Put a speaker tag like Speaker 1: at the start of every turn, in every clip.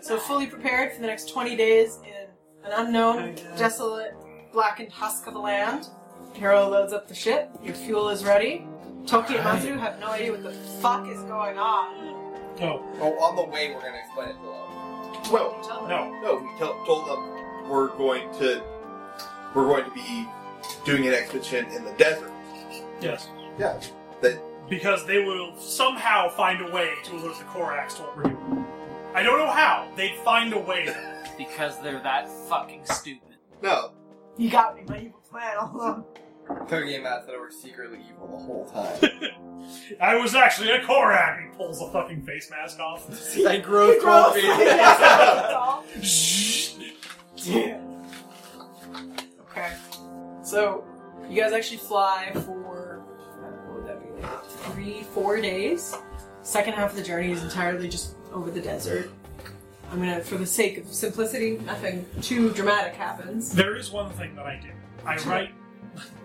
Speaker 1: So fully prepared for the next 20 days in an unknown,
Speaker 2: Oh, yeah.
Speaker 1: desolate, blackened husk of a land. Hero loads up the ship. Your fuel is ready. Toki and
Speaker 2: Right.
Speaker 1: Masaru have no idea what the fuck is going on.
Speaker 2: No,
Speaker 3: Well, on the way, we're gonna explain it to them.
Speaker 4: Well,
Speaker 1: You tell them.
Speaker 2: no.
Speaker 4: no, we tell, told them we're going to we're going to be doing an expedition in the desert.
Speaker 2: Yes.
Speaker 3: Yeah.
Speaker 2: Because they will somehow find a way to alert the Korax to what we're doing. I don't know how. They'd find a way.
Speaker 5: Because they're that fucking stupid.
Speaker 4: No,
Speaker 1: You got me, my evil plan all along.
Speaker 3: Togi and Masaru were secretly evil the whole time.
Speaker 2: I was actually a Korak! He pulls the fucking face mask off.
Speaker 3: I grow
Speaker 1: Gross. That's all. Okay. So, you guys actually fly for, uh, what would that be, like three, four days? Second half of the journey is entirely just over the desert. I'm gonna, for the sake of simplicity, nothing too dramatic happens.
Speaker 2: There is one thing that I do. I write.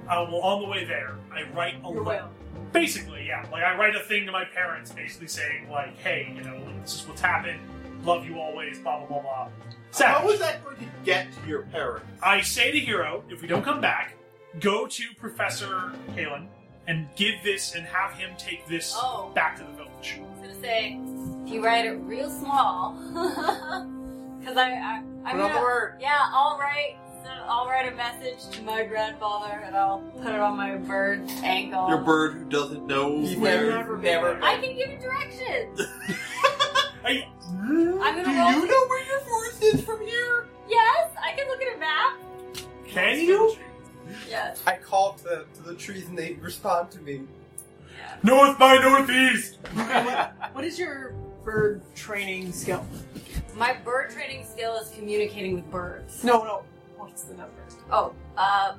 Speaker 2: Uh, well, on the way there, I write a
Speaker 1: Your
Speaker 2: letter.
Speaker 1: whale.
Speaker 2: Basically, yeah. Like, I write a thing to my parents basically saying, like, hey, you know, like, this is what's happened. Love you always, blah, blah, blah, blah.
Speaker 4: how
Speaker 2: Savage.
Speaker 4: was that going to get to your parents?
Speaker 2: I say to Hero, if we don't come back, go to Professor Kalen and give this and have him take this
Speaker 6: Oh,
Speaker 2: back to the village.
Speaker 6: I was gonna say, if you write it real small, because I, I, I'm
Speaker 3: Put on the
Speaker 6: gonna,
Speaker 3: word.
Speaker 6: yeah, I'll write, so I'll write a message to my grandfather and I'll put it on my bird's ankle.
Speaker 4: Your bird who doesn't know
Speaker 3: You've
Speaker 4: where.
Speaker 3: never, never.
Speaker 6: I can give it directions.
Speaker 2: I,
Speaker 6: I'm gonna
Speaker 4: Do
Speaker 6: roll.
Speaker 4: you know where your forest is from here?
Speaker 6: Yes, I can look at a map.
Speaker 2: can you?
Speaker 6: Yes.
Speaker 3: I call to the, to the trees and they respond to me.
Speaker 2: North by northeast!
Speaker 1: What is your bird training skill?
Speaker 6: My bird training skill is communicating with birds.
Speaker 1: No, no. What's the number?
Speaker 6: Oh, uh,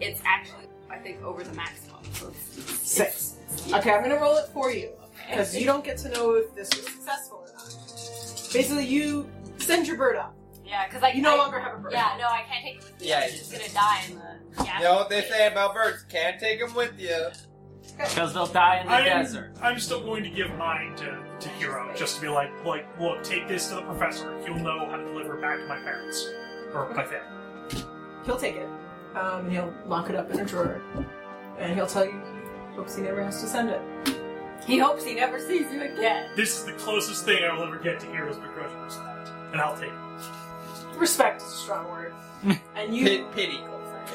Speaker 6: it's actually, I think, over the maximum. So it's-
Speaker 1: Six. Okay, I'm gonna roll it for you because you don't get to know if this was successful or not. Basically, you send your bird up.
Speaker 6: Yeah, because I
Speaker 1: You no
Speaker 6: I-
Speaker 1: longer have a bird.
Speaker 6: Yeah, no, I can't take it with me.
Speaker 3: Yeah,
Speaker 6: it's just gonna die in the gas.
Speaker 3: You know what they say about birds? Can't take them with you.
Speaker 5: Because they'll die in the
Speaker 2: I am-
Speaker 5: desert.
Speaker 2: I'm still going to give mine to, to Hero, just to be like, like, look, take this to the professor. He'll know how to deliver it back to my parents. Or my family.
Speaker 1: He'll take it. Um, and he'll lock it up in a drawer, and he'll tell you he hopes he never has to send it.
Speaker 6: He hopes he never sees you again.
Speaker 2: This is the closest thing I will ever get to Hero's begrudging that. And I'll take it.
Speaker 1: Respect is a strong word. and you
Speaker 3: Pit, pity.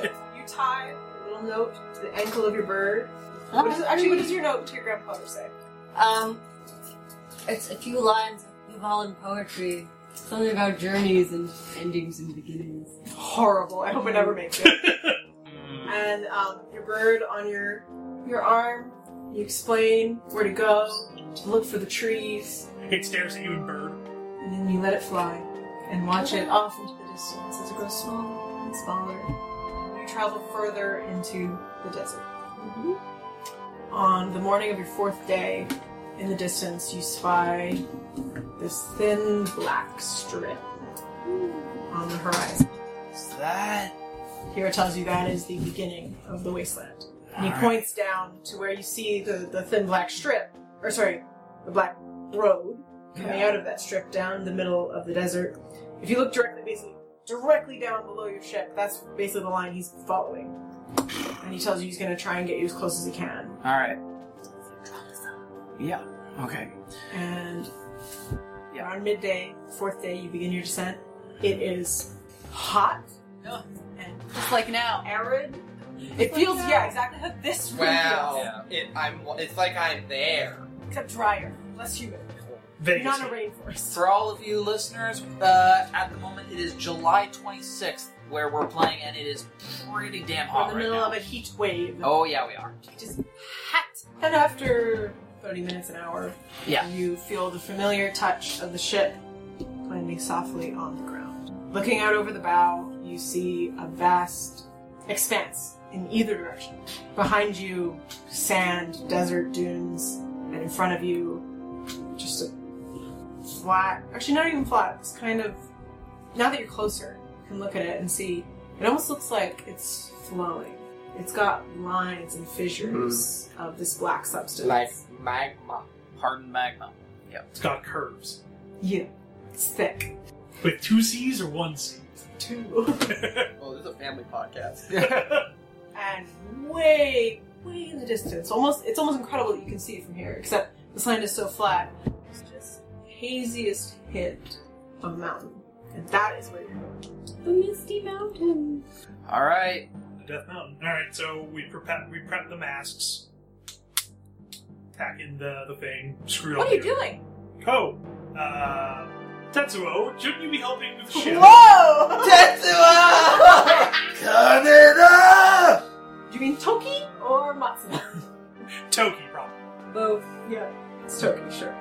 Speaker 3: Yeah.
Speaker 1: you tie a little note to the ankle of your bird. What does, actually, what does your note to your grandfather say?
Speaker 6: Um, it's a few lines of Holland poetry. Something about journeys and endings and beginnings.
Speaker 1: Horrible. I hope it never makes it.
Speaker 5: Mm.
Speaker 1: and um, your bird on your your arm. You explain where to go, to look for the trees,
Speaker 2: It stares at you in bird.
Speaker 1: and then you let it fly and watch it off into the distance as it grows smaller and smaller. You travel further into the desert. On the morning of your fourth day, in the distance, you spy this thin black strip on the horizon.
Speaker 5: that?
Speaker 1: Hero tells you that is the beginning of the wasteland. And he points down to where you see the, the thin black strip, or sorry, the black road coming out of that strip down the middle of the desert. If you look directly, basically, directly down below your ship, that's basically the line he's following. And he tells you he's going to try and get you as close as he can.
Speaker 5: Alright. Yeah. Okay.
Speaker 1: And
Speaker 5: Yeah.
Speaker 1: around midday, fourth day, you begin your descent. It is hot
Speaker 6: Ugh.
Speaker 1: and
Speaker 6: Just like now.
Speaker 1: arid. It
Speaker 6: Like
Speaker 1: feels,
Speaker 6: that.
Speaker 1: yeah, exactly how this room feels.
Speaker 3: Wow. It, I'm, it's like I'm there.
Speaker 1: Except drier, less humid.
Speaker 2: Vegas.
Speaker 1: Not in a rainforest.
Speaker 5: For all of you listeners, uh, at the moment it is July 26th where we're playing, and it is pretty damn
Speaker 1: We're in
Speaker 5: hot
Speaker 1: the
Speaker 5: right
Speaker 1: middle
Speaker 5: now.
Speaker 1: of a heat wave.
Speaker 5: Oh yeah, we are.
Speaker 1: It is hot. And after 30 minutes, an hour,
Speaker 5: Yeah.
Speaker 1: you feel the familiar touch of the ship landing softly on the ground. Looking out over the bow, you see a vast expanse in either direction. Behind you, sand, desert dunes, and in front of you, just a flat, actually not even flat, it's kind of, now that you're closer, you can look at it and see, it almost looks like it's flowing. It's got lines and fissures of this black substance.
Speaker 3: Like magma.
Speaker 5: Hardened magma.
Speaker 2: It's got curves.
Speaker 1: Yeah. It's thick.
Speaker 2: With two C's or one C?
Speaker 1: Two.
Speaker 3: Oh, this is a family podcast.
Speaker 1: and way, way in the distance. Almost, it's almost incredible that you can see it from here. Except this land is so flat, it's just haziest hint of a mountain, and that is where you're going.
Speaker 6: The Misty Mountain.
Speaker 5: All right.
Speaker 2: Death Mountain. All right, so we prep we prep the masks, tack in the the thing. Screwed
Speaker 6: What
Speaker 2: up.
Speaker 6: are you
Speaker 2: here.
Speaker 6: doing?
Speaker 2: Oh, uh, Tetsuo, shouldn't you be helping with shit?
Speaker 1: Whoa!
Speaker 3: Tetsuo! Kaneda!
Speaker 1: Do you mean Toki or Matsuda?
Speaker 2: Toki, probably.
Speaker 6: Both.
Speaker 1: yeah, it's Toki, sure.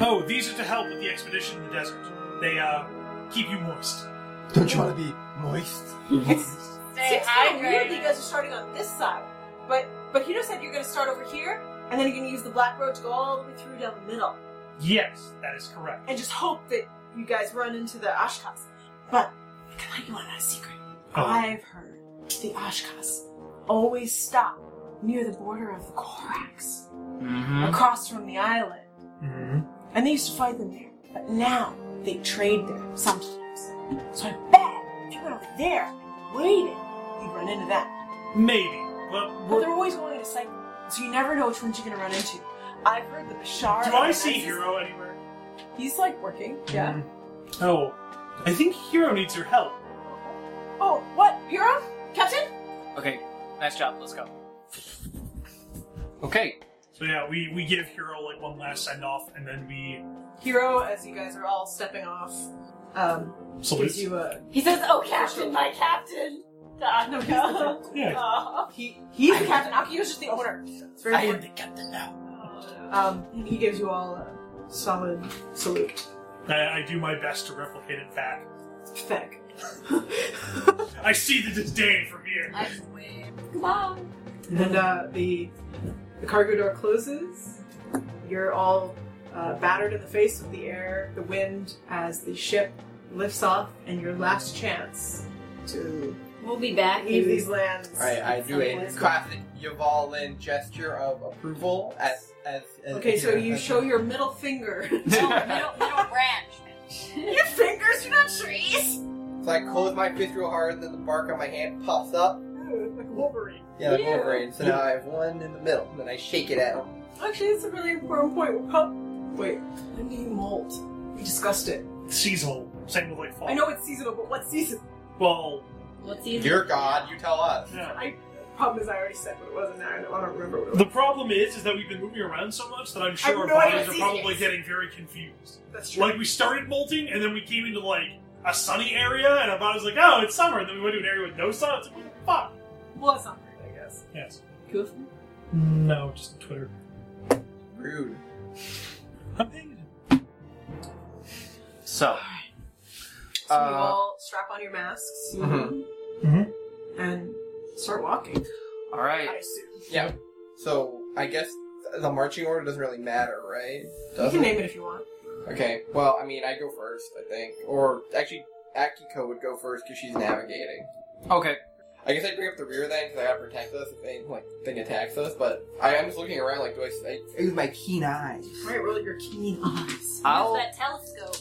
Speaker 2: Oh, these are to help with the expedition in the desert. They uh keep you moist.
Speaker 3: Don't you want to be moist?
Speaker 1: It's
Speaker 6: Stay
Speaker 1: seems kinda weird that you
Speaker 6: hydrated.
Speaker 1: guys are starting on this side, but but Hito said you're going to start over here, and then you're going to use the black road to go all the way through down the middle,
Speaker 2: Yes, that is correct.
Speaker 1: and just hope that you guys run into the Ashkas. But can I let you on a secret? I've heard the Oshkosh always stop near the border of the Korax,
Speaker 5: Mm-hmm.
Speaker 1: across from the island.
Speaker 2: hmm
Speaker 1: And they used to fight them there, but now they trade there sometimes. So I bet if you went over there and waited, you'd run into them.
Speaker 2: Maybe, but
Speaker 1: But
Speaker 2: we're,
Speaker 1: they're always going in a cycle, so you never know which ones you're going to run into. I've heard that Bashar.
Speaker 2: do I see
Speaker 1: Hero?
Speaker 2: Hero anywhere?
Speaker 1: He's like working, yeah.
Speaker 2: Mhm. Oh, I think Hero needs your help.
Speaker 1: Oh, what? Hero? Captain?
Speaker 5: Okay. Nice job. Let's go. Okay.
Speaker 2: So yeah, we we give Hero like one last send off, and then we
Speaker 1: Hero, as you guys are all stepping off, um,
Speaker 2: salute.
Speaker 1: you a
Speaker 6: He says, "Oh, Captain, my Captain." To Annika.
Speaker 2: Yeah.
Speaker 6: Aw.
Speaker 1: He he's the captain. Akio is just the owner. It's very important.
Speaker 5: the captain now.
Speaker 1: Um, and he gives you all a solid salute.
Speaker 2: I, I do my best to replicate it back.
Speaker 1: Pathetic.
Speaker 2: I see the disdain from here.
Speaker 6: I just wave. Come on.
Speaker 1: and uh, the the cargo door closes. You're all uh, battered in the face with the air, the wind, as the ship lifts off, and your last chance to
Speaker 6: We'll be back.
Speaker 1: leave
Speaker 6: in-
Speaker 1: these lands.
Speaker 3: Alright, I do a classic Yuval Lin gesture of approval as. as, as
Speaker 1: Okay, so you show your middle finger.
Speaker 6: No, middle, middle branch.
Speaker 1: your fingers, you're not trees.
Speaker 3: So I close my fist real hard, and then the bark on my hand pops up.
Speaker 1: Like Wolverine.
Speaker 3: Yeah, like
Speaker 1: Yeah.
Speaker 3: Wolverine. So now I have one in the middle, and then I shake it at him.
Speaker 1: Actually, it's a really important point. Huh? Wait, when do you molt? We discussed it.
Speaker 2: Seasonal, same with like fall.
Speaker 1: I know it's seasonal, but what season?
Speaker 2: Well,
Speaker 6: What's he?
Speaker 3: Dear God, you tell us.
Speaker 2: yeah.
Speaker 1: Problem is, I already said what it was, and now I don't, I don't remember what it was.
Speaker 2: The problem is, is that we've been moving around so much that I'm
Speaker 1: have
Speaker 2: sure our
Speaker 1: no idea
Speaker 2: bodies are
Speaker 1: what season it
Speaker 2: probably
Speaker 1: is.
Speaker 2: getting very confused.
Speaker 1: That's true.
Speaker 2: Like we started molting, and then we came into like a sunny area, and our body was like, "Oh, it's summer," and then we went to an area with no sun. It's like, what the fuck?
Speaker 1: well, it's not great, I guess.
Speaker 2: Yes.
Speaker 1: Goof.
Speaker 2: No, just Twitter.
Speaker 3: Rude.
Speaker 2: I'm paying
Speaker 5: So,
Speaker 1: So you
Speaker 5: Uh,
Speaker 1: all strap on your masks
Speaker 3: Mhm.
Speaker 2: Mhm.
Speaker 1: and start walking.
Speaker 5: all
Speaker 1: I
Speaker 5: right.
Speaker 1: assume
Speaker 3: Yeah. So I guess the marching order doesn't really matter, right?
Speaker 1: you
Speaker 3: Does
Speaker 1: can
Speaker 3: it?
Speaker 1: name it if you want.
Speaker 3: Okay. Well, I mean, I go first, I think, or actually, Akiko would go first because she's navigating.
Speaker 5: Okay.
Speaker 3: I guess I bring up the rear then because I gotta protect us if they like thing attacks us. But I, I'm just looking around, like, do I? I use my keen eyes.
Speaker 1: All right, roll your keen eyes.
Speaker 6: Use
Speaker 5: I'll
Speaker 6: that telescope.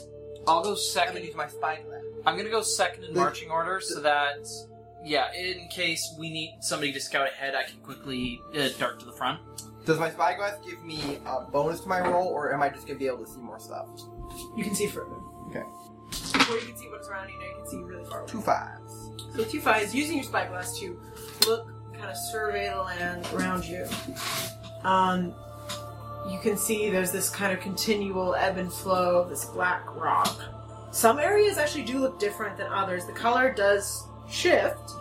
Speaker 5: I'll go
Speaker 3: I'm gonna
Speaker 5: second.
Speaker 3: use my spyglass.
Speaker 5: I'm gonna go second in marching order so that yeah, in case we need somebody to scout ahead, I can quickly uh, dart to the front.
Speaker 3: Does my spyglass give me a bonus to my roll, or am I just gonna be able to see more stuff?
Speaker 1: You can see further.
Speaker 3: Okay.
Speaker 1: Before you can see what's around you, now you can see really far away.
Speaker 3: Two fives.
Speaker 1: So with two fives, using your spyglass to look, kind of survey the land around you. Um, you can see there's this kind of continual ebb and flow of this black rock. Some areas actually do look different than others. The color does shift,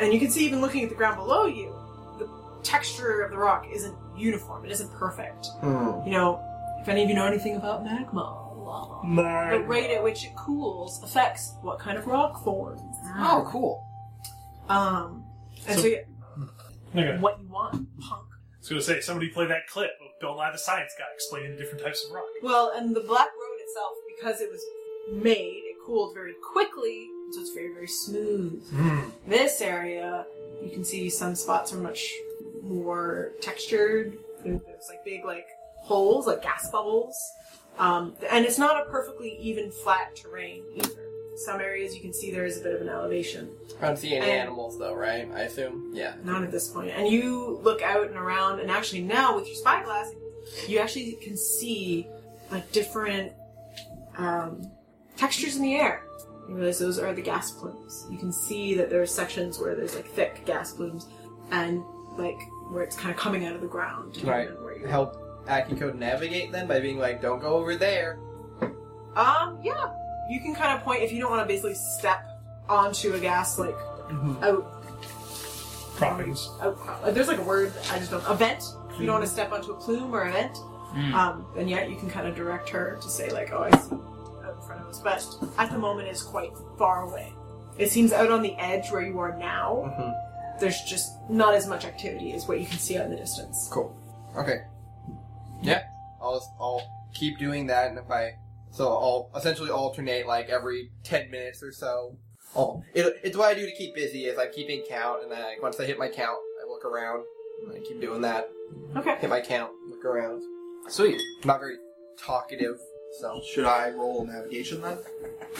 Speaker 1: and you can see even looking at the ground below you, the texture of the rock isn't uniform. It isn't perfect.
Speaker 3: Hmm.
Speaker 1: You know, if any of you know anything about magma, lava, the rate at which it cools affects what kind of rock forms.
Speaker 5: Ah.
Speaker 3: Oh, cool.
Speaker 1: Um, and
Speaker 2: So-
Speaker 1: so, yeah,
Speaker 2: Okay.
Speaker 1: what you want, punk.
Speaker 2: I was gonna say somebody play that clip of Bill Nye the Science Guy explaining the different types of rock.
Speaker 1: Well, and the Black Road itself, because it was made, it cooled very quickly, so it's very, very smooth.
Speaker 2: Hmm.
Speaker 1: This area, you can see some spots are much more textured. There's like big like holes, like gas bubbles. Um, and it's not a perfectly even flat terrain either. Some areas you can see there is a bit of an elevation.
Speaker 3: I don't see any
Speaker 1: And-
Speaker 3: animals though, right? I assume. Yeah.
Speaker 1: Not at this point. And you look out and around, and actually now with your spyglass, you actually can see like different um, textures in the air. You realize those are the gas plumes. You can see that there are sections where there's like thick gas plumes, and like where it's kind of coming out of the ground. depending
Speaker 3: Right.
Speaker 1: on Where you
Speaker 3: Help Akiko navigate them by being like, "Don't go over there."
Speaker 1: Um, yeah. You can kind of point if you don't want to basically step onto a gas like out,
Speaker 2: Properties.
Speaker 1: outcrop. Like, Oh, There's like a word I just don't. A vent. If you don't want to step onto a plume or a vent, um, then yeah, you can kind of direct her to say like, "Oh, I see out in front of us," but at the moment it's quite far away. It seems out on the edge where you are now.
Speaker 3: Mm-hmm.
Speaker 1: There's just not as much activity as what you can see out in the distance.
Speaker 3: Cool. Okay. Yeah. I'll just, I'll keep doing that, and if I so I'll essentially alternate like every ten minutes or so. Oh, it, it's what I do to keep busy is I'm keeping count, and then like, once I hit my count, I look around. And I keep doing that.
Speaker 1: Okay.
Speaker 3: Hit my count, look around.
Speaker 5: Sweet.
Speaker 3: I'm not very talkative, so
Speaker 4: Should I roll navigation then?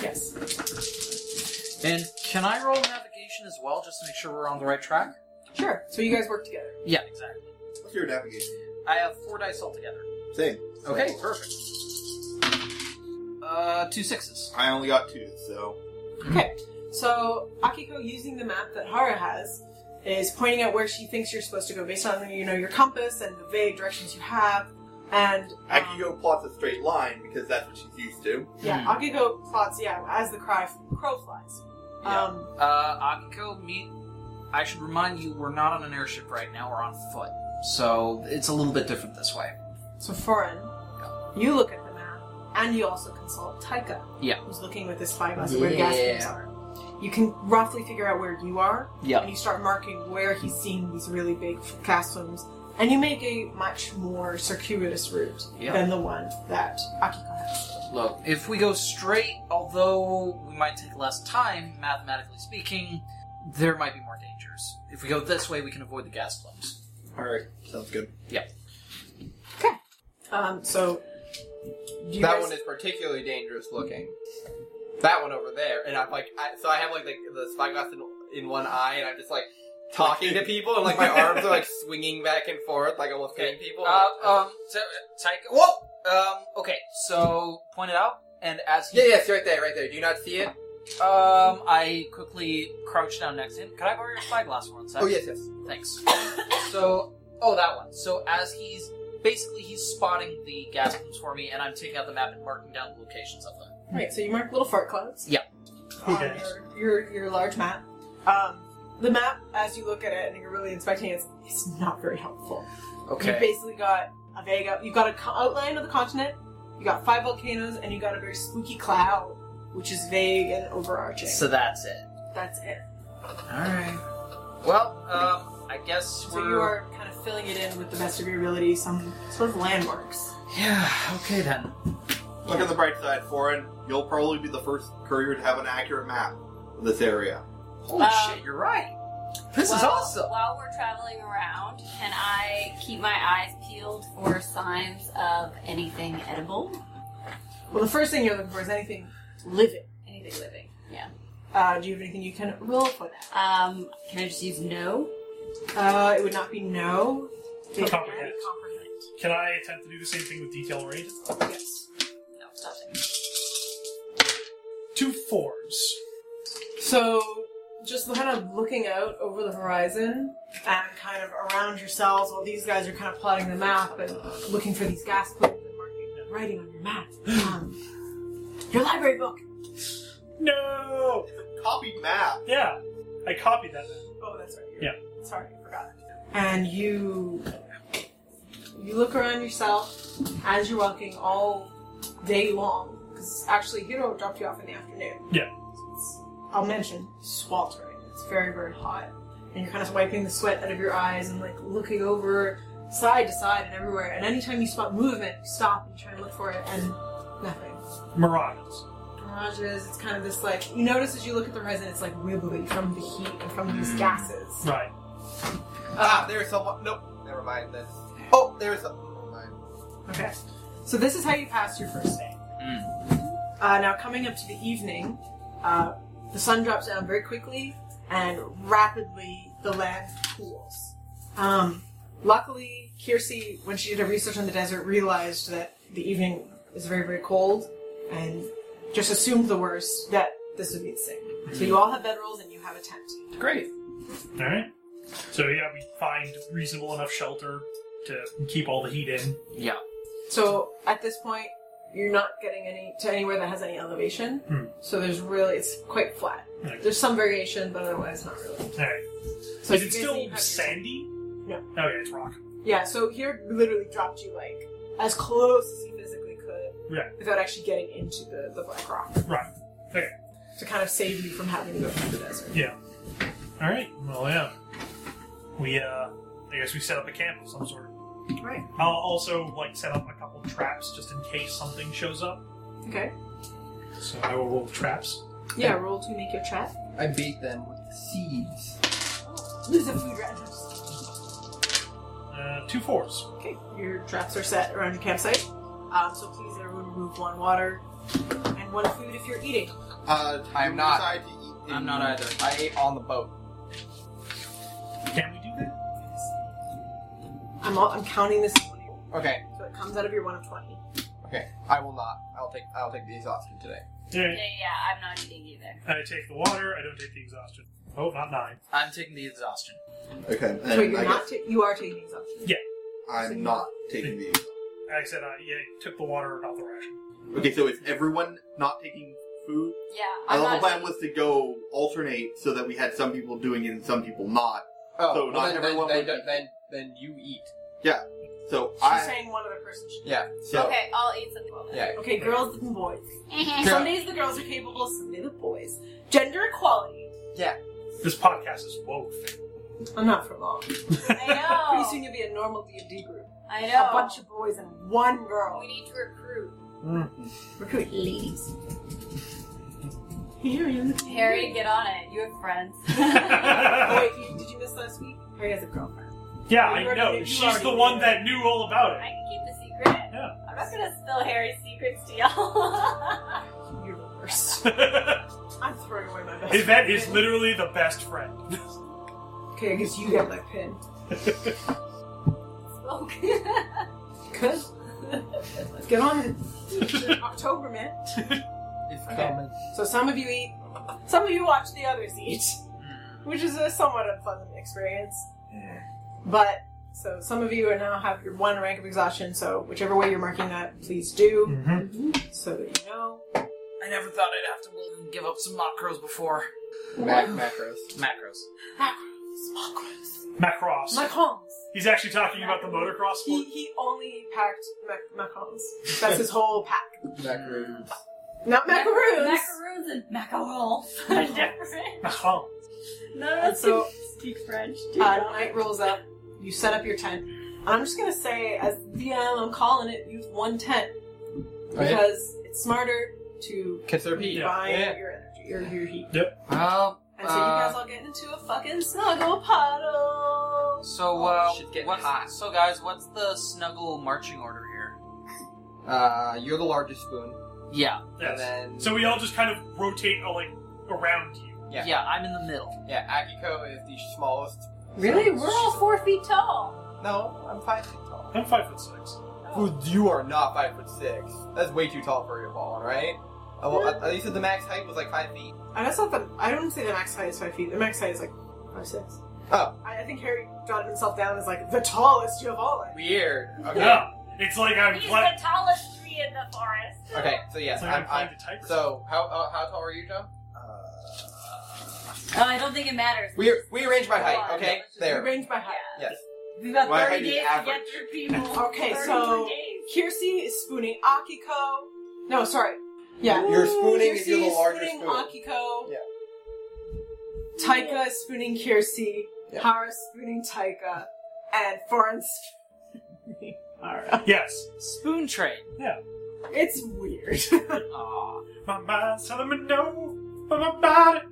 Speaker 1: Yes.
Speaker 5: And can I roll navigation as well, just to make sure we're on the right track?
Speaker 1: Sure. So you guys work together.
Speaker 5: Yeah, exactly.
Speaker 4: What's your navigation?
Speaker 5: I have four dice altogether.
Speaker 4: Same.
Speaker 5: Okay, perfect. Uh, two sixes.
Speaker 4: I only got two, so
Speaker 1: Okay, so Akiko, using the map that Hara has, is pointing out where she thinks you're supposed to go based on you know your compass and the vague directions you have. And
Speaker 4: I
Speaker 1: um,
Speaker 4: can go plots a straight line because that's what she's used to.
Speaker 5: Hmm.
Speaker 1: Yeah, Akiko plots. Yeah, as the cry crow flies.
Speaker 5: Yeah.
Speaker 1: Um,
Speaker 5: Uh, Akiko, meet. I should remind you, we're not on an airship right now. We're on foot, so it's a little bit different this way.
Speaker 1: So foreign. You look at the map, and you also consult Taika.
Speaker 5: Yeah.
Speaker 1: Who's looking with this spyglass where gas
Speaker 3: Yeah.
Speaker 1: tanks are. You can roughly figure out where you are,
Speaker 5: Yeah.
Speaker 1: and you start marking where he's seeing these really big gas plumes, and you make a much more circuitous route
Speaker 5: Yeah.
Speaker 1: than the one that Akiko has.
Speaker 5: Look, if we go straight, although we might take less time, mathematically speaking, there might be more dangers. If we go this way, we can avoid the gas plumes.
Speaker 4: All right, sounds good.
Speaker 1: Um, so do you
Speaker 3: that
Speaker 1: guys-
Speaker 3: one is particularly dangerous looking. That one over there, and I'm like, I, so I have like the, the spyglass in, in one eye, and I'm just like talking to people, and like my arms are like swinging back and forth, like almost hitting people.
Speaker 5: Uh, um, t- take- whoa! Um, okay, so point it out, and as he,
Speaker 3: yeah, yes, right there, right there. Do you not see it?
Speaker 5: um, I quickly crouch down next to him. Can I borrow your spyglass for one second?
Speaker 3: Oh yes, yes.
Speaker 5: Thanks. so, oh, that one. So as he's basically he's spotting the gas plumes for me, and I'm taking out the map and marking down the locations of them.
Speaker 1: Right, so you mark little fart clouds.
Speaker 5: Yeah.
Speaker 1: On
Speaker 2: Okay.
Speaker 1: your, your your large map. Um, the map, as you look at it and you're really inspecting it, it's, it's not very helpful. You've basically got a vague out- you've got a co- outline of the continent, you got five volcanoes, and you got a very spooky cloud, which is vague and overarching.
Speaker 5: So that's it.
Speaker 1: That's it.
Speaker 5: Alright. Well, um, I guess
Speaker 1: So
Speaker 5: we're.
Speaker 1: you are kind of filling it in with the best of your ability, some sort of landmarks.
Speaker 5: Yeah, okay then.
Speaker 4: Look at the bright side, Foreign. You'll probably be the first courier to have an accurate map of this area.
Speaker 5: Holy
Speaker 6: Um,
Speaker 5: shit, you're right. This is
Speaker 6: While-
Speaker 5: awesome.
Speaker 6: While we're traveling around, can I keep my eyes peeled for signs of anything edible?
Speaker 1: Well, the first thing you're looking for is anything living.
Speaker 6: Anything living? Yeah.
Speaker 1: Uh, do you have anything you can roll for that?
Speaker 6: Um, can I just use no?
Speaker 1: Uh, it would not be no. It would
Speaker 2: Comprehend.
Speaker 1: comprehend.
Speaker 2: Can I attempt to do the same thing with detail read?
Speaker 1: Yes.
Speaker 6: No, nothing.
Speaker 2: Two fours.
Speaker 1: So, just kind of looking out over the horizon and kind of around yourselves while these guys are kind of plotting the map and looking for these gas plumes and marking and writing on your map. Um, your library book.
Speaker 2: No.
Speaker 4: Copy map.
Speaker 2: Yeah, I copied that. Then.
Speaker 1: Oh, that's right.
Speaker 2: Yeah.
Speaker 1: Sorry, I forgot. And you you look around yourself as you're walking all day long because actually Hiro dropped you off in the afternoon.
Speaker 2: Yeah.
Speaker 1: So it's- I'll mention sweltering. It's very very hot, and you're kind of wiping the sweat out of your eyes and like looking over side to side and everywhere. And anytime you spot movement, you stop and try and look for it, and nothing
Speaker 2: Mirages.
Speaker 1: garages. It's kind of this like you notice as you look at the resin, it's like wibbly from the heat and from
Speaker 2: Mm.
Speaker 1: these gases. Uh,
Speaker 2: Right.
Speaker 3: Ah, there's someone. Nope. Never mind. This. Oh, there's. a- Never mind.
Speaker 1: Okay. So this is how you pass your first day. Uh, now, coming up to the evening, uh, the sun drops down very quickly, and rapidly the land cools. Um, luckily, Kiersey, when she did her research on the desert, realized that the evening is very, very cold, and just assumed the worst that this would be the same. So you all have bedrolls and you have a tent.
Speaker 3: Great.
Speaker 2: Alright. So yeah, we find reasonable enough shelter to keep all the heat in.
Speaker 5: Yeah.
Speaker 1: So at this point, you're not getting any to anywhere that has any elevation.
Speaker 2: Hmm.
Speaker 1: So there's really it's quite flat.
Speaker 2: Okay.
Speaker 1: There's some variation, but otherwise not really.
Speaker 2: Alright.
Speaker 1: So
Speaker 2: Is
Speaker 1: you basically
Speaker 2: it still
Speaker 1: have your-
Speaker 2: sandy?
Speaker 1: No.
Speaker 2: Okay, it's rock.
Speaker 1: Yeah. So here literally dropped you like as close as you physically could.
Speaker 2: Yeah.
Speaker 1: Without actually getting into the, the black rock
Speaker 2: Right.
Speaker 1: to kind of save you from having to go through the desert.
Speaker 2: Alright. Well yeah. We uh I guess we set up a camp of some sort.
Speaker 1: Right.
Speaker 2: I'll also like set up a couple traps just in case something shows up.
Speaker 1: Okay.
Speaker 2: So I will roll traps.
Speaker 1: Yeah. Roll to make your trap.
Speaker 3: I bait them with seeds.
Speaker 1: Lose a food rat.
Speaker 2: Uh, two fours.
Speaker 1: Okay, your traps are set around your campsite. Um, so please, everyone, remove one water and one food if you're eating.
Speaker 3: Uh,
Speaker 5: I'm
Speaker 3: you
Speaker 5: not.
Speaker 3: decide to eat the-
Speaker 5: I'm not either.
Speaker 3: I ate on the boat.
Speaker 2: Can we do that?
Speaker 1: I'm all, I'm counting this. as one of you.
Speaker 3: Okay.
Speaker 1: So it comes out of your one of twenty.
Speaker 3: Okay. I will not. I'll take. I'll take the exhaustion today.
Speaker 2: Yeah.
Speaker 7: Yeah, yeah, I'm not eating either.
Speaker 2: I take the water. I don't take the exhaustion. Oh, not nine.
Speaker 5: I'm taking the exhaustion.
Speaker 4: Okay.
Speaker 1: So
Speaker 4: And
Speaker 1: you're
Speaker 4: I
Speaker 1: not.
Speaker 4: guess
Speaker 1: Ta- you are taking these options.
Speaker 4: I'm not taking these.
Speaker 2: I said I yeah, took the water, not the ration.
Speaker 4: Okay, so is everyone not taking food?
Speaker 7: Yeah,
Speaker 4: Our
Speaker 7: I'm
Speaker 4: level
Speaker 7: not
Speaker 4: plan was to go alternate so that we had some people doing it and some people not.
Speaker 3: Oh,
Speaker 4: So
Speaker 3: well,
Speaker 4: not
Speaker 3: then,
Speaker 4: everyone
Speaker 3: then,
Speaker 4: would
Speaker 3: then,
Speaker 4: eat.
Speaker 3: then, then you eat.
Speaker 4: So
Speaker 1: She's
Speaker 4: I.
Speaker 1: saying one other person. Should.
Speaker 3: Yeah. So
Speaker 7: Okay, I'll eat some.
Speaker 3: yeah.
Speaker 1: Okay, girls and boys.
Speaker 7: Yeah.
Speaker 1: Some days the girls are capable, some days the boys. Gender equality.
Speaker 2: This podcast is woke.
Speaker 1: I'm not for long.
Speaker 7: I
Speaker 1: Pretty
Speaker 7: know.
Speaker 1: soon you'll be a normal D and D group.
Speaker 7: Oh. I know.
Speaker 1: A bunch of boys and one girl.
Speaker 7: We need to recruit.
Speaker 1: Recruit ladies. Here you.
Speaker 7: Harry, get on it. You have friends.
Speaker 1: Oh wait, you, did you miss last week? Harry has a girlfriend.
Speaker 2: yeah,
Speaker 1: You
Speaker 2: I
Speaker 1: already-
Speaker 2: know.
Speaker 1: you
Speaker 2: She's
Speaker 1: already
Speaker 2: the
Speaker 1: knew
Speaker 2: one
Speaker 1: that.
Speaker 2: that knew all about
Speaker 7: I
Speaker 2: it.
Speaker 7: can keep the secret.
Speaker 2: Yeah.
Speaker 7: I'm not gonna spill Harry's secrets to y'all.
Speaker 1: You're the worst. I'm throwing away my best.
Speaker 2: Yvette
Speaker 1: friend.
Speaker 2: is literally the best friend.
Speaker 1: Okay, I guess you get my pin.
Speaker 7: Smoke.
Speaker 1: Good. Let's get on it. October, man.
Speaker 3: It's
Speaker 1: Okay. So some of you eat, some of you watch the others eat, which is a somewhat unpleasant experience. But so some of you are now have your one rank of exhaustion. So whichever way you're marking that, please do
Speaker 2: Mm-hmm.
Speaker 1: so that you know.
Speaker 5: I never thought I'd have to willing give up some macros before.
Speaker 3: Mac- macros.
Speaker 5: Macros.
Speaker 2: Macross.
Speaker 1: Macrons.
Speaker 2: He's actually talking about the motocross
Speaker 1: He
Speaker 2: sport.
Speaker 1: he only packed mac- macrons. That's his whole pack.
Speaker 3: Macros.
Speaker 1: Not macaroons.
Speaker 7: Macaroons and macarons are different.
Speaker 2: Macron.
Speaker 7: None of
Speaker 1: And
Speaker 7: us
Speaker 1: so
Speaker 7: speak French. Do
Speaker 1: Uh, night rolls up. You set up your tent. And I'm just gonna say, as DM, I'm calling it use one tent
Speaker 3: Right?
Speaker 1: because it's smarter to
Speaker 3: Kiss their pee.
Speaker 1: combine
Speaker 3: Yeah.
Speaker 1: your energy, your, your heat.
Speaker 5: Well,
Speaker 1: And so you guys all get into a fucking snuggle puddle.
Speaker 5: so
Speaker 3: Oh,
Speaker 5: uh,
Speaker 3: shit, get
Speaker 5: what-
Speaker 3: hot.
Speaker 5: So guys, what's the snuggle marching order here?
Speaker 3: Uh, you're the largest spoon.
Speaker 5: Yeah,
Speaker 3: And
Speaker 2: Yes.
Speaker 3: then.
Speaker 2: So we all just kind of rotate uh, like around you.
Speaker 3: Yeah.
Speaker 5: yeah, I'm in the middle.
Speaker 3: Yeah, Akiko is the smallest.
Speaker 6: Really?
Speaker 3: So-
Speaker 6: We're all four feet tall.
Speaker 3: No, I'm five feet tall.
Speaker 2: I'm five foot six.
Speaker 3: Well, you are not five foot six. That's way too tall for your ball, right? Uh, well, at- at least the max height was like five feet.
Speaker 1: And that's not the. I don't say the max height is five feet. The max height is like five six.
Speaker 3: Oh.
Speaker 1: I, I think Harry jotted himself down as like the tallest you have all.
Speaker 3: Weird. Okay.
Speaker 2: Yeah. It's like I'm
Speaker 7: He's
Speaker 2: pla-
Speaker 7: the tallest tree in the forest.
Speaker 3: Okay. So yes,
Speaker 2: it's like I'm,
Speaker 3: I'm.
Speaker 2: playing
Speaker 3: I'm
Speaker 2: the type.
Speaker 3: so how uh, how tall are you, John?
Speaker 1: Uh,
Speaker 7: Oh, I don't think it matters.
Speaker 3: We we arranged by height. Okay.
Speaker 1: There.
Speaker 3: There.
Speaker 1: Range by height.
Speaker 3: Yes.
Speaker 7: We've got
Speaker 3: Why
Speaker 7: 30
Speaker 3: height is
Speaker 7: days to
Speaker 3: average?
Speaker 7: get through people.
Speaker 1: Okay,
Speaker 7: 30
Speaker 1: so-
Speaker 7: days.
Speaker 1: Kiersey is spooning Akiko. No, sorry. Yeah.
Speaker 3: You're spooning
Speaker 1: Kiersey
Speaker 3: if you're the
Speaker 1: is
Speaker 3: larger
Speaker 1: spooning
Speaker 3: spoon.
Speaker 1: Akiko.
Speaker 3: Yeah.
Speaker 1: Taika is spooning Kiersey.
Speaker 3: Yeah.
Speaker 1: Hara is spooning Taika. And Foreign's spooning Hara.
Speaker 2: Yes.
Speaker 5: Spoon train.
Speaker 1: It's weird.
Speaker 5: Aw.
Speaker 2: My mind's telling me no, but my body.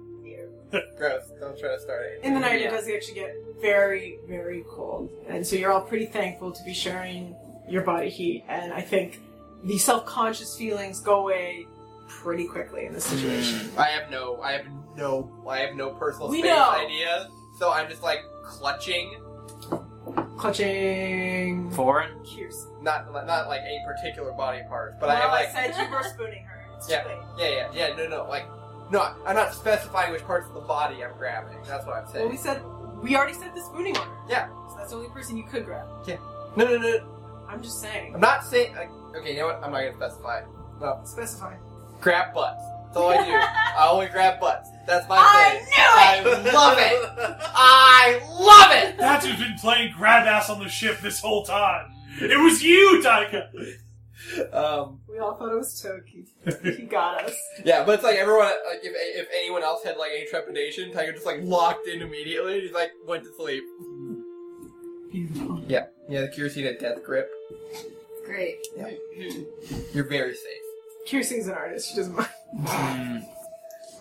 Speaker 3: Gross. Don't try to start it.
Speaker 1: In the night,
Speaker 5: Yeah.
Speaker 1: it does actually get very, very cold. And so you're all pretty thankful to be sharing your body heat. And I think the self-conscious feelings go away pretty quickly in this situation.
Speaker 4: Mm,
Speaker 3: I have no, I have no, I have no personal
Speaker 1: We
Speaker 3: space
Speaker 1: know.
Speaker 3: idea. So I'm just like clutching,
Speaker 1: Clutching
Speaker 5: Foreign?
Speaker 1: Kirsten.
Speaker 3: not not like a particular body part, but I
Speaker 1: well,
Speaker 3: have like
Speaker 1: said you were spooning her. It's too late.
Speaker 3: yeah, yeah, yeah, no, no, like no, I'm not specifying which parts of the body I'm grabbing. That's what I'm saying.
Speaker 1: Well, we said we already said the spooning on her.
Speaker 3: Yeah.
Speaker 1: So that's the only person you could grab.
Speaker 3: No, no, no.
Speaker 1: I'm just saying.
Speaker 3: I'm not saying. Like, okay, you know what? I'm not gonna specify.
Speaker 1: Specify.
Speaker 3: Grab butts. That's all I do. I only grab butts. That's my thing.
Speaker 1: I
Speaker 3: I love it. I love it.
Speaker 2: That's who's been playing grab ass on the ship this whole time. It was you, Taika.
Speaker 3: Um,
Speaker 1: We all thought it was Toki. he got us.
Speaker 3: yeah, but it's like everyone. Like, if if anyone else had like any trepidation, Tiger just like locked in immediately. and He's like went to sleep.
Speaker 1: Beautiful.
Speaker 3: Yeah, yeah. The cure's seen a death grip.
Speaker 6: Great.
Speaker 3: You're very safe.
Speaker 1: Kirsten's an artist. She doesn't mind.
Speaker 3: Hmm.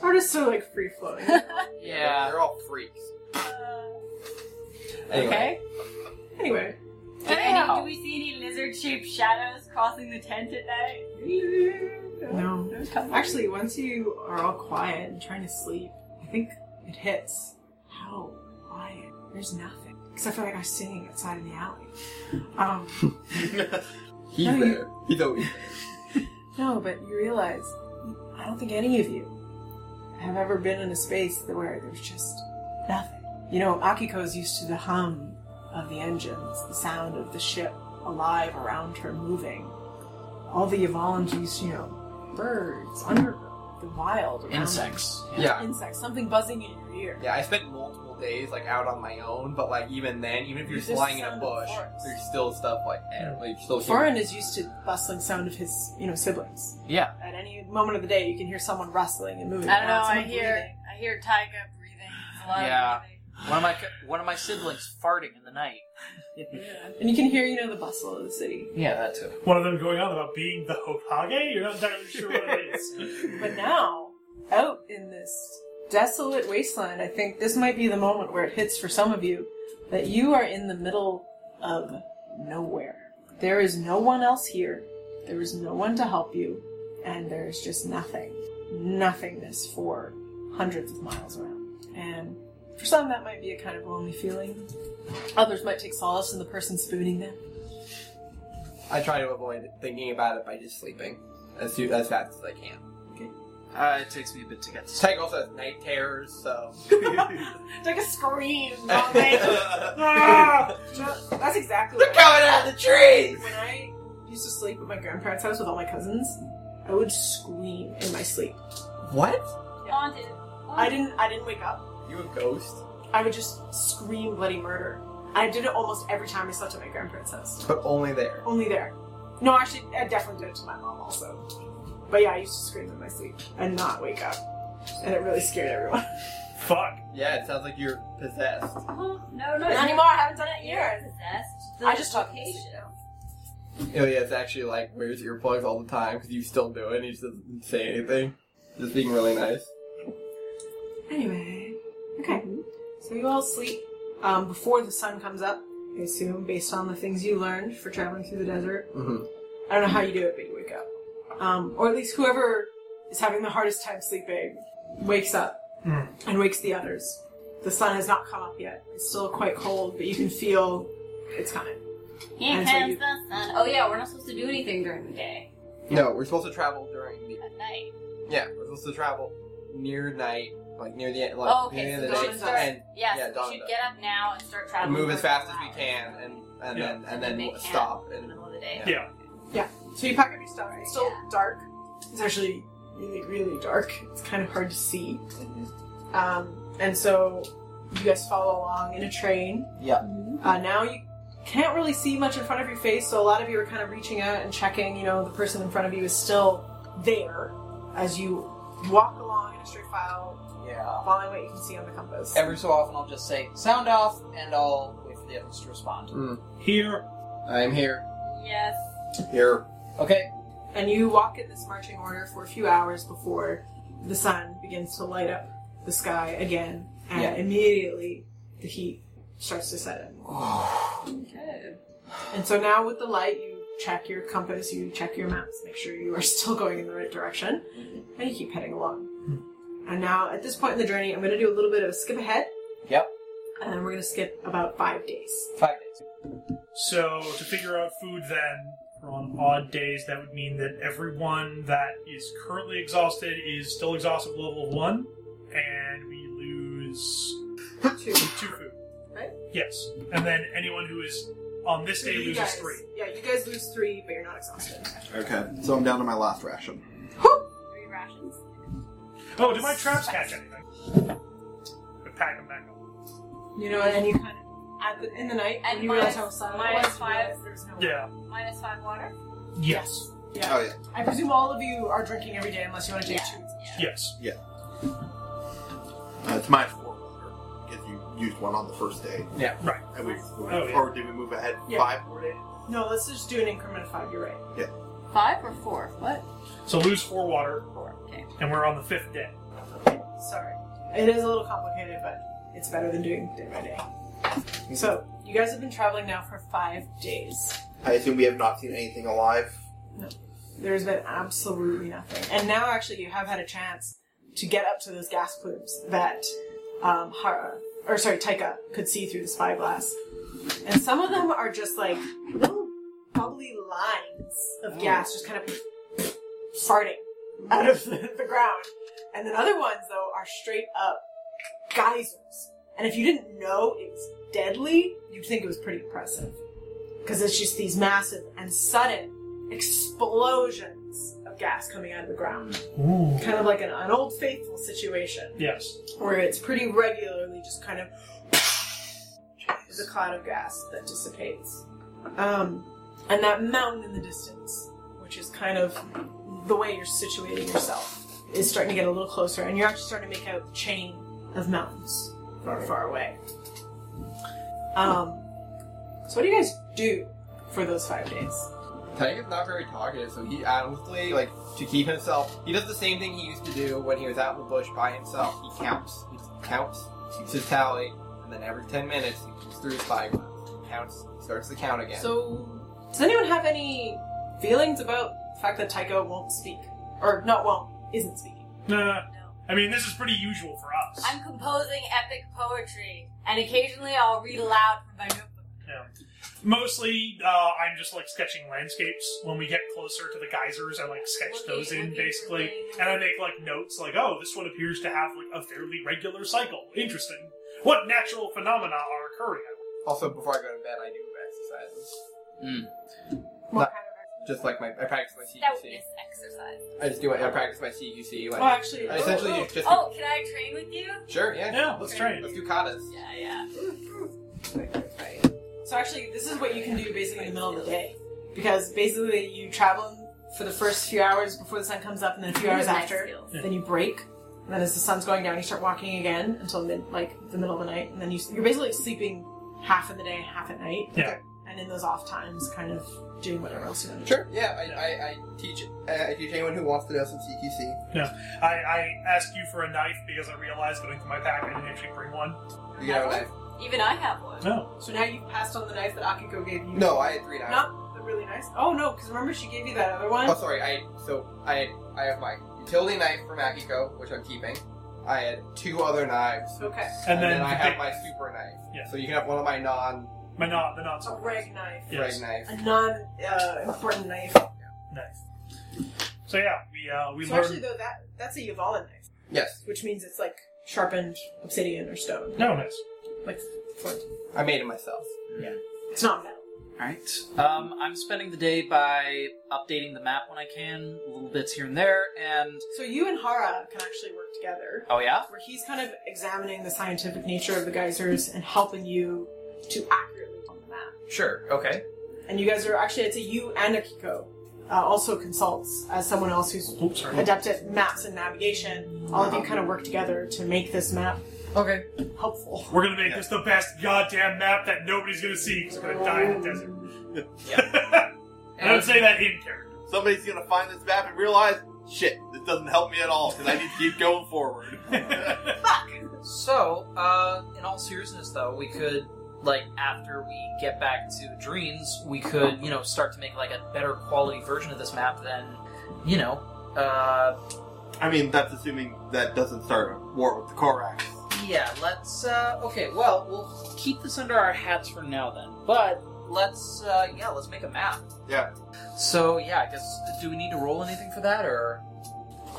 Speaker 1: Artists are like free flowing.
Speaker 7: Uh,
Speaker 5: Yeah.
Speaker 3: they're all freaks. Anyway.
Speaker 1: Okay. Anyway.
Speaker 7: Do, any, do we see any lizard shaped shadows crossing the tent at night?
Speaker 1: No.
Speaker 7: No color?
Speaker 1: Actually, once you are all quiet and trying to sleep, I think it hits. How quiet? There's nothing. Except for like I'm singing outside in the alley. Um,
Speaker 3: He's
Speaker 1: No, you-
Speaker 3: there. He's always there.
Speaker 1: No, but you realize, I don't think any of you have ever been in a space where there's just nothing. You know, Akiko's used to the hum of the engines, the sound of the ship alive around her moving. All the Yvalans used, to, you know, birds, undergrowth, the wild, around them.
Speaker 5: Insects.
Speaker 3: Yeah.
Speaker 1: insects, something buzzing in your ear.
Speaker 3: Yeah, I spent multiple days like out on my own, but like even then, even if you're
Speaker 1: There's just
Speaker 3: flying in
Speaker 1: sound
Speaker 3: a
Speaker 1: of
Speaker 3: bush,
Speaker 1: forest.
Speaker 3: there's still stuff like that. Like still
Speaker 1: Foreign is used to bustling sound of his, you know, siblings.
Speaker 5: Yeah.
Speaker 1: At any moment of the day, you can hear someone rustling and moving.
Speaker 7: I don't know.
Speaker 1: around,
Speaker 7: I
Speaker 1: someone
Speaker 7: hear
Speaker 1: breathing.
Speaker 7: I hear Tyga breathing. It's a lot
Speaker 5: Yeah.
Speaker 7: of breathing.
Speaker 5: One of my one of my siblings farting in the night.
Speaker 1: and you can hear, you know, the bustle of the city.
Speaker 5: Yeah, that too.
Speaker 2: One of them going on about being the Hokage? You're not entirely sure what it is.
Speaker 1: But now, out in this desolate wasteland, I think this might be the moment where it hits for some of you that you are in the middle of nowhere. There is no one else here, there is no one to help you, and there's just nothing. Nothingness for hundreds of miles around. And for some, that might be a kind of lonely feeling. Others might take solace in the person spooning them.
Speaker 3: I try to avoid thinking about it by just sleeping as soon, as fast as I can.
Speaker 5: Uh, it takes me a bit to get to
Speaker 3: Tyke also has night terrors, so
Speaker 1: It's like a scream. not like-
Speaker 3: look
Speaker 2: Ah!
Speaker 1: That's exactly what
Speaker 3: coming out of the trees.
Speaker 1: When I used to sleep at my grandparents' house with all my cousins, I would scream in my sleep.
Speaker 3: What?
Speaker 7: Haunted.
Speaker 1: I didn't. I didn't wake up.
Speaker 3: You a ghost?
Speaker 1: I would just scream bloody murder. I did it almost every time I slept at my grandparents' house.
Speaker 3: But only there.
Speaker 1: Only there. No, actually, I definitely did it to my mom also. But yeah, I used to scream in my sleep and not wake up, and it really scared everyone.
Speaker 2: Fuck.
Speaker 3: Yeah, it sounds like you're possessed.
Speaker 7: No, Oh, no, no.
Speaker 1: Not anymore. I haven't done it in
Speaker 7: You're
Speaker 1: years.
Speaker 7: possessed.
Speaker 1: I just talk in my sleep
Speaker 7: location.
Speaker 1: now.
Speaker 3: Oh yeah, it's actually like wears earplugs all the time because you still do it. and He just doesn't say anything. Just being really nice.
Speaker 1: Anyway, okay. So you all sleep um, before the sun comes up. I assume, based on the things you learned for traveling through the desert.
Speaker 3: Mm-hmm.
Speaker 1: I don't know how you do it, but you wake up. Um, or at least whoever is having the hardest time sleeping wakes up
Speaker 2: Hmm.
Speaker 1: and wakes the others. The sun has not come up yet. It's still quite cold, but you can feel it's coming.
Speaker 7: Here
Speaker 1: And so
Speaker 7: comes
Speaker 1: you-
Speaker 7: the sun.
Speaker 6: Oh yeah, we're not supposed to do anything during the day.
Speaker 3: No, we're supposed to travel during the
Speaker 7: At night.
Speaker 3: Yeah, we're supposed to travel near night, like near the end, like
Speaker 7: Oh, okay,
Speaker 3: near the
Speaker 7: so
Speaker 3: end of
Speaker 1: dawn
Speaker 3: the
Speaker 1: is
Speaker 3: day,
Speaker 1: dark.
Speaker 3: and
Speaker 7: Yes,
Speaker 3: Yeah, dawn
Speaker 7: we should
Speaker 3: does.
Speaker 7: get up now and start traveling.
Speaker 3: move as
Speaker 7: for a
Speaker 3: fast as
Speaker 7: couple
Speaker 3: we can, and and
Speaker 2: Yeah.
Speaker 3: then and then
Speaker 7: Make
Speaker 3: we'll
Speaker 7: camp
Speaker 3: stop.
Speaker 7: hours In the
Speaker 3: And
Speaker 7: middle of the day.
Speaker 2: Yeah.
Speaker 1: So you pack up your stuff. It's still
Speaker 7: Yeah.
Speaker 1: dark. It's actually really, really dark. It's kind of hard to see. Um, and so you guys follow along in a train.
Speaker 5: Yeah.
Speaker 1: Uh, now you can't really see much in front of your face, so a lot of you are kind of reaching out and checking. You know, the person in front of you is still there as you walk along in a straight file,
Speaker 5: Yeah.
Speaker 1: following what you can see on the compass.
Speaker 5: Every so often, I'll just say "sound off" and I'll wait for the others to respond.
Speaker 2: Here.
Speaker 3: I'm here,
Speaker 7: Yes.
Speaker 3: here.
Speaker 5: Okay.
Speaker 1: and you walk in this marching order for a few hours before the sun begins to light up the sky again, and
Speaker 5: Yeah.
Speaker 1: immediately the heat starts to set in.
Speaker 6: Okay.
Speaker 1: And so now with the light, you check your compass, you check your maps, make sure you are still going in the right direction, and you keep heading along. And now, at this point in the journey, I'm going to do a little bit of a skip ahead.
Speaker 3: Yep.
Speaker 1: And we're going to skip about five days.
Speaker 3: Five days.
Speaker 2: So to figure out food, then on odd days, that would mean that everyone that is currently exhausted is still exhausted level one, and we lose
Speaker 1: Two.
Speaker 2: two food.
Speaker 1: Right.
Speaker 2: Yes, and then anyone who is on this day
Speaker 1: You
Speaker 2: loses
Speaker 1: guys-
Speaker 2: three.
Speaker 1: Yeah, you guys lose three, but you're not exhausted.
Speaker 4: Okay, so I'm down to my last ration.
Speaker 7: Three rations.
Speaker 2: Oh, did my traps catch anything? I pack them back up.
Speaker 1: You know, and then you kind of at the, in the night
Speaker 7: And
Speaker 1: when you
Speaker 7: minus-
Speaker 1: realize how silent it
Speaker 7: minus
Speaker 1: was, you
Speaker 7: five.
Speaker 1: realize there's no.
Speaker 2: Yeah.
Speaker 7: Minus five water.
Speaker 2: Yes.
Speaker 1: Yeah.
Speaker 4: Oh yeah,
Speaker 1: I presume all of you are drinking every day unless you want to take
Speaker 7: Yeah.
Speaker 1: two.
Speaker 2: Yes.
Speaker 4: uh, it's my four water because you used one on the first day.
Speaker 3: Yeah.
Speaker 2: Right.
Speaker 4: And we,
Speaker 2: Oh, yeah.
Speaker 4: or did we move ahead
Speaker 1: Yeah.
Speaker 4: five more days?
Speaker 1: No, let's just do an increment of five. You're right.
Speaker 7: Five or four? What?
Speaker 2: So lose four water,
Speaker 7: Four. Okay.
Speaker 2: and we're on the fifth day.
Speaker 1: Sorry. It is a little complicated, but it's better than doing day by day. So, you guys have been traveling now for five days.
Speaker 4: I assume we have not seen anything alive.
Speaker 1: There's been absolutely nothing. And now, actually, you have had a chance to get up to those gas plumes that um, Hara, or sorry, Taika could see through the spyglass. And some of them are just like little, probably lines of gas just kind of farting out of the, the ground. And then other ones, though, are straight up geysers. And if you didn't know it was deadly, you'd think it was pretty impressive. Because it's just these massive and sudden explosions of gas coming out of the ground.
Speaker 2: Ooh.
Speaker 1: Kind of like an, an old faithful situation
Speaker 2: Yes.
Speaker 1: where it's pretty regularly just kind of is a cloud of gas that dissipates. Um, and that mountain in the distance, which is kind of the way you're situating yourself, is starting to get a little closer, and you're actually starting to make out the chain of mountains far, far away. Um, so, what do you guys do for those five days?
Speaker 3: Tank is not very talkative, so he honestly, like, to keep himself, he does the same thing he used to do when he was out in the bush by himself. He counts, he just counts, keeps his tally, and then every 10 minutes he goes through his spyglass, counts, starts to count again.
Speaker 1: So, does anyone have any feelings about the fact that Tycho won't speak? Or, not won't, isn't speaking.
Speaker 2: Nah.
Speaker 7: No.
Speaker 2: I mean, this is pretty usual for us.
Speaker 7: I'm composing epic poetry, and occasionally I'll read aloud from my notebook.
Speaker 2: Mostly, uh, I'm just like sketching landscapes. When we get closer to the geysers, I like sketch
Speaker 7: Looking-
Speaker 2: those in
Speaker 7: looking for
Speaker 2: basically,
Speaker 7: things.
Speaker 2: and I make like notes like, oh, this one appears to have like a fairly regular cycle. Interesting. What natural phenomena are occurring?
Speaker 3: also, before I go to bed, I do exercises.
Speaker 1: What
Speaker 3: Not-
Speaker 1: kind of
Speaker 3: Just like my, I practice my CQC.
Speaker 7: Stoutness exercise.
Speaker 3: I just do it, I practice my CQC.
Speaker 1: well,
Speaker 3: Like,
Speaker 1: actually,
Speaker 3: I essentially
Speaker 1: oh,
Speaker 3: just, just
Speaker 7: Oh, can I train with you?
Speaker 3: sure, yeah.
Speaker 2: Yeah, let's try it.
Speaker 3: Let's do katas.
Speaker 7: Yeah, yeah.
Speaker 1: oh. so actually, this is what you can do basically in the middle of the day. Because basically, you travel for the first few hours before the sun comes up, and then a few hours
Speaker 7: Nice
Speaker 1: after.
Speaker 7: skills.
Speaker 1: Then you break. And then as the sun's going down, you start walking again until mid, like the middle of the night. And then you, you're basically sleeping half in the day, half at night.
Speaker 2: Yeah.
Speaker 1: And in those off times, kind of doing whatever else you want to do.
Speaker 3: Sure, yeah. I, I, I teach I teach anyone who wants to know some CQC.
Speaker 2: I, I asked you for a knife because I realized going through my pack I didn't actually bring one.
Speaker 3: You know, and I,
Speaker 7: Even I have one.
Speaker 2: No.
Speaker 1: So now you've passed on the knife that Akiko gave you.
Speaker 3: no, I had three knives.
Speaker 1: Not the really nice. Oh no, because remember she gave you that other one.
Speaker 3: Oh, sorry. I so I I have my utility knife from Akiko, which I'm keeping. I had two other knives,
Speaker 1: Okay.
Speaker 2: And, then,
Speaker 3: I
Speaker 2: the
Speaker 3: have
Speaker 2: big-
Speaker 3: my super knife.
Speaker 2: Yeah.
Speaker 3: So you can have one of my non
Speaker 2: my knot, the knots.
Speaker 1: A rag knife.
Speaker 2: Yes.
Speaker 3: frag knife.
Speaker 1: A non-important uh, knife.
Speaker 2: knife. So yeah, we uh, we
Speaker 1: so
Speaker 2: learned.
Speaker 1: actually, though, that that's a Yvalan knife,
Speaker 3: Yes,
Speaker 1: which means it's like sharpened obsidian or stone.
Speaker 2: No, nice.
Speaker 1: Like,
Speaker 3: I made it myself.
Speaker 1: it's not metal.
Speaker 5: Alright. Um, I'm spending the day by updating the map when I can, little bits here and there, and.
Speaker 1: So you and Hara can actually work together,
Speaker 5: Oh, yeah?
Speaker 1: where he's kind of examining the scientific nature of the geysers and helping you to accurately on the map.
Speaker 3: Sure. Okay.
Speaker 1: And you guys are actually, it's a you and Akiko uh, also consults as someone else who's
Speaker 2: Oops, sorry.
Speaker 1: adept at maps and navigation. All of you kind of work together to make this map
Speaker 3: Okay.
Speaker 1: helpful.
Speaker 2: We're gonna make this the best goddamn map that nobody's gonna see. 'cause We're gonna die in the desert. I don't say that in character.
Speaker 4: Somebody's gonna find this map and realize, shit, this doesn't help me at all because I need to keep going forward.
Speaker 5: So, uh, in all seriousness, though, we could like after we get back to dreams, we could you know start to make like a better quality version of this map than you know. Uh,
Speaker 4: I mean, that's assuming that doesn't start a war with the Korax.
Speaker 5: yeah, let's. Uh, okay, well we'll keep this under our hats for now then, but let's uh, yeah let's make a map.
Speaker 4: Yeah.
Speaker 5: So yeah, I guess do we need to roll anything for that or?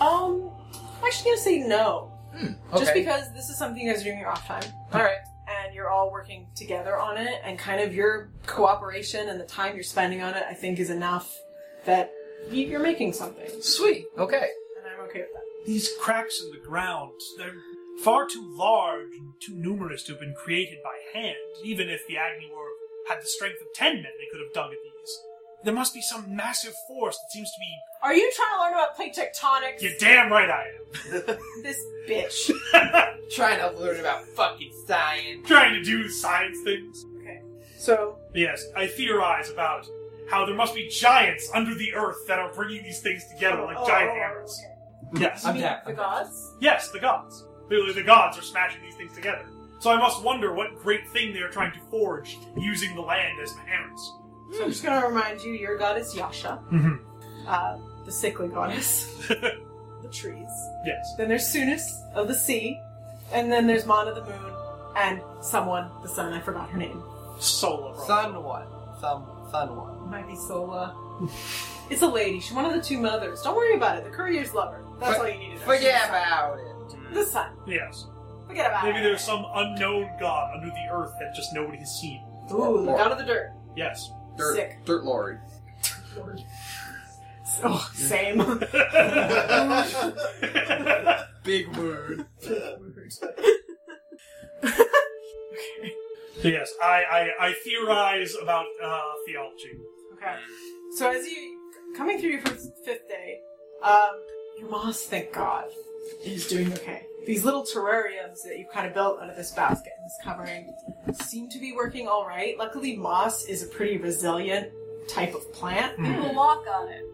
Speaker 1: Um, I'm actually gonna say no,
Speaker 5: Hmm,
Speaker 1: just
Speaker 5: okay.
Speaker 1: because this is something you guys are doing in your off time.
Speaker 5: All right.
Speaker 1: and you're all working together on it and kind of your cooperation and the time you're spending on it i think is enough that y- you're making something
Speaker 5: Sweet. Okay.
Speaker 1: and i'm okay with that
Speaker 2: These cracks in the ground, they're far too large and too numerous to have been created by hand. Even if the Agni were had the strength of ten men, they could have dug at these. There must be some massive force that seems to be.
Speaker 1: are you trying to learn about plate tectonics
Speaker 2: You're damn right I
Speaker 1: this bitch
Speaker 2: am.
Speaker 3: Trying to learn about fucking science.
Speaker 2: Trying to do science things.
Speaker 1: so
Speaker 2: Yes, I theorize about how there must be giants under the earth that are bringing these things together like
Speaker 1: Oh,
Speaker 2: giant
Speaker 1: oh,
Speaker 2: hammers.
Speaker 1: okay.
Speaker 2: Yes.
Speaker 1: you
Speaker 5: I'm
Speaker 1: mean
Speaker 5: down,
Speaker 1: the
Speaker 5: I'm
Speaker 1: gods
Speaker 2: Yes, the gods. Clearly, the gods are smashing these things together. So I must wonder what great thing they are trying to forge using the land as hammers.
Speaker 1: so
Speaker 5: Hmm.
Speaker 1: i'm just going to remind you your god is yasha
Speaker 2: Mm-hmm.
Speaker 1: uh, the sickly goddess the trees
Speaker 2: Yes.
Speaker 1: then there's sunus of the sea and then there's mana the moon and someone the sun i forgot her name
Speaker 2: Solar.
Speaker 3: Sun one. Some sun one.
Speaker 1: Might be Sola. it's a lady. She's one of the two mothers. Don't worry about it. The courier's lover. That's
Speaker 3: But-
Speaker 1: all you need to know.
Speaker 3: Forget about it.
Speaker 1: The sun.
Speaker 2: Yes.
Speaker 1: Forget about
Speaker 2: Maybe
Speaker 1: it.
Speaker 2: there's some unknown god under the earth that just nobody has seen.
Speaker 1: Ooh, the god of the dirt.
Speaker 2: Yes.
Speaker 3: Dirt,
Speaker 1: Sick.
Speaker 3: dirt lord.
Speaker 1: Oh, same.
Speaker 3: Big word.
Speaker 2: So yes, I, I, I theorize about uh, theology.
Speaker 1: Okay. So as you coming through your first, fifth day, um, your moss, thank God, is doing okay. These little terrariums that you've kind of built out of this basket and this covering seem to be working all right. Luckily, moss is a pretty resilient type of plant.
Speaker 7: We will walk on it.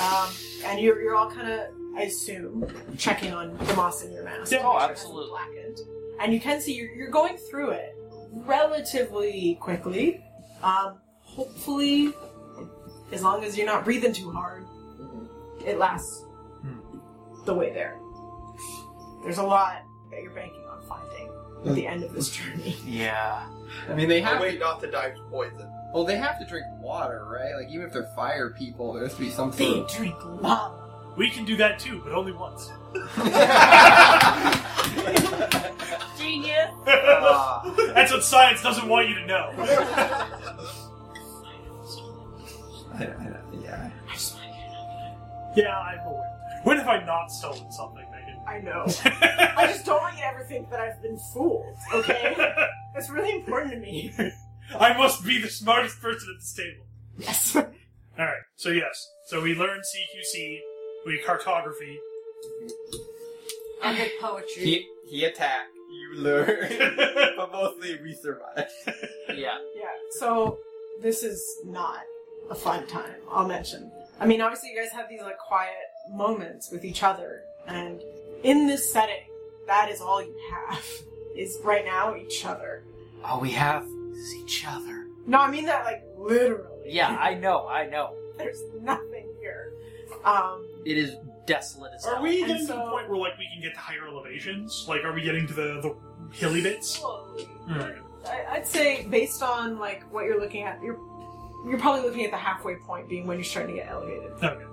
Speaker 1: Um, and you're, you're all kind of, I assume, checking on the moss in your mask.
Speaker 2: Yeah,
Speaker 1: to make
Speaker 5: oh,
Speaker 1: sure it
Speaker 5: absolutely.
Speaker 1: hasn't Blackened. And you can see you're, you're going through it relatively quickly. Um, hopefully, as long as you're not breathing too hard, it lasts
Speaker 5: Hmm.
Speaker 1: the way there. There's a lot that you're banking on finding at the end of this journey.
Speaker 5: Yeah.
Speaker 3: I mean, they
Speaker 4: Oh,
Speaker 3: have.
Speaker 4: wait, not to die to poison.
Speaker 3: Well, they have to drink water, right? Like even if they're fire people, there has to be some sort
Speaker 1: They
Speaker 3: of.
Speaker 1: drink lava.
Speaker 2: We can do that too, but only once.
Speaker 7: Genius.
Speaker 2: That's what science doesn't want you to know.
Speaker 3: I- I- yeah.
Speaker 1: I just want you to know.
Speaker 2: Yeah, I'm aware. When have I not stolen something, Megan?
Speaker 1: I know. I just don't want you to ever think that I've been fooled, okay? That's really important to me.
Speaker 2: I must be the smartest person at this table.
Speaker 1: Yes.
Speaker 2: All right. So yes. So we learn CQC. We cartography.
Speaker 6: Epic poetry.
Speaker 3: He he attack. You learn, but mostly we survive.
Speaker 5: Yeah.
Speaker 1: Yeah. So this is not a fun time. I'll mention. I mean, obviously, you guys have these like quiet moments with each other, and in this setting, that is all you have is right now each other.
Speaker 5: All we have is each other.
Speaker 1: No, I mean that like literally.
Speaker 5: Yeah, I know, I know.
Speaker 1: There's nothing here. Um.
Speaker 5: It is desolate as
Speaker 2: Are
Speaker 5: hell.
Speaker 2: we
Speaker 1: And
Speaker 2: getting to the
Speaker 1: so-
Speaker 2: point where like we can get to higher elevations? Like, are we getting to the the hilly bits?
Speaker 1: slowly.
Speaker 2: Alright.
Speaker 1: I- I'd say based on like what you're looking at, you're you're probably looking at the halfway point being when you're starting to get elevated.
Speaker 2: Okay.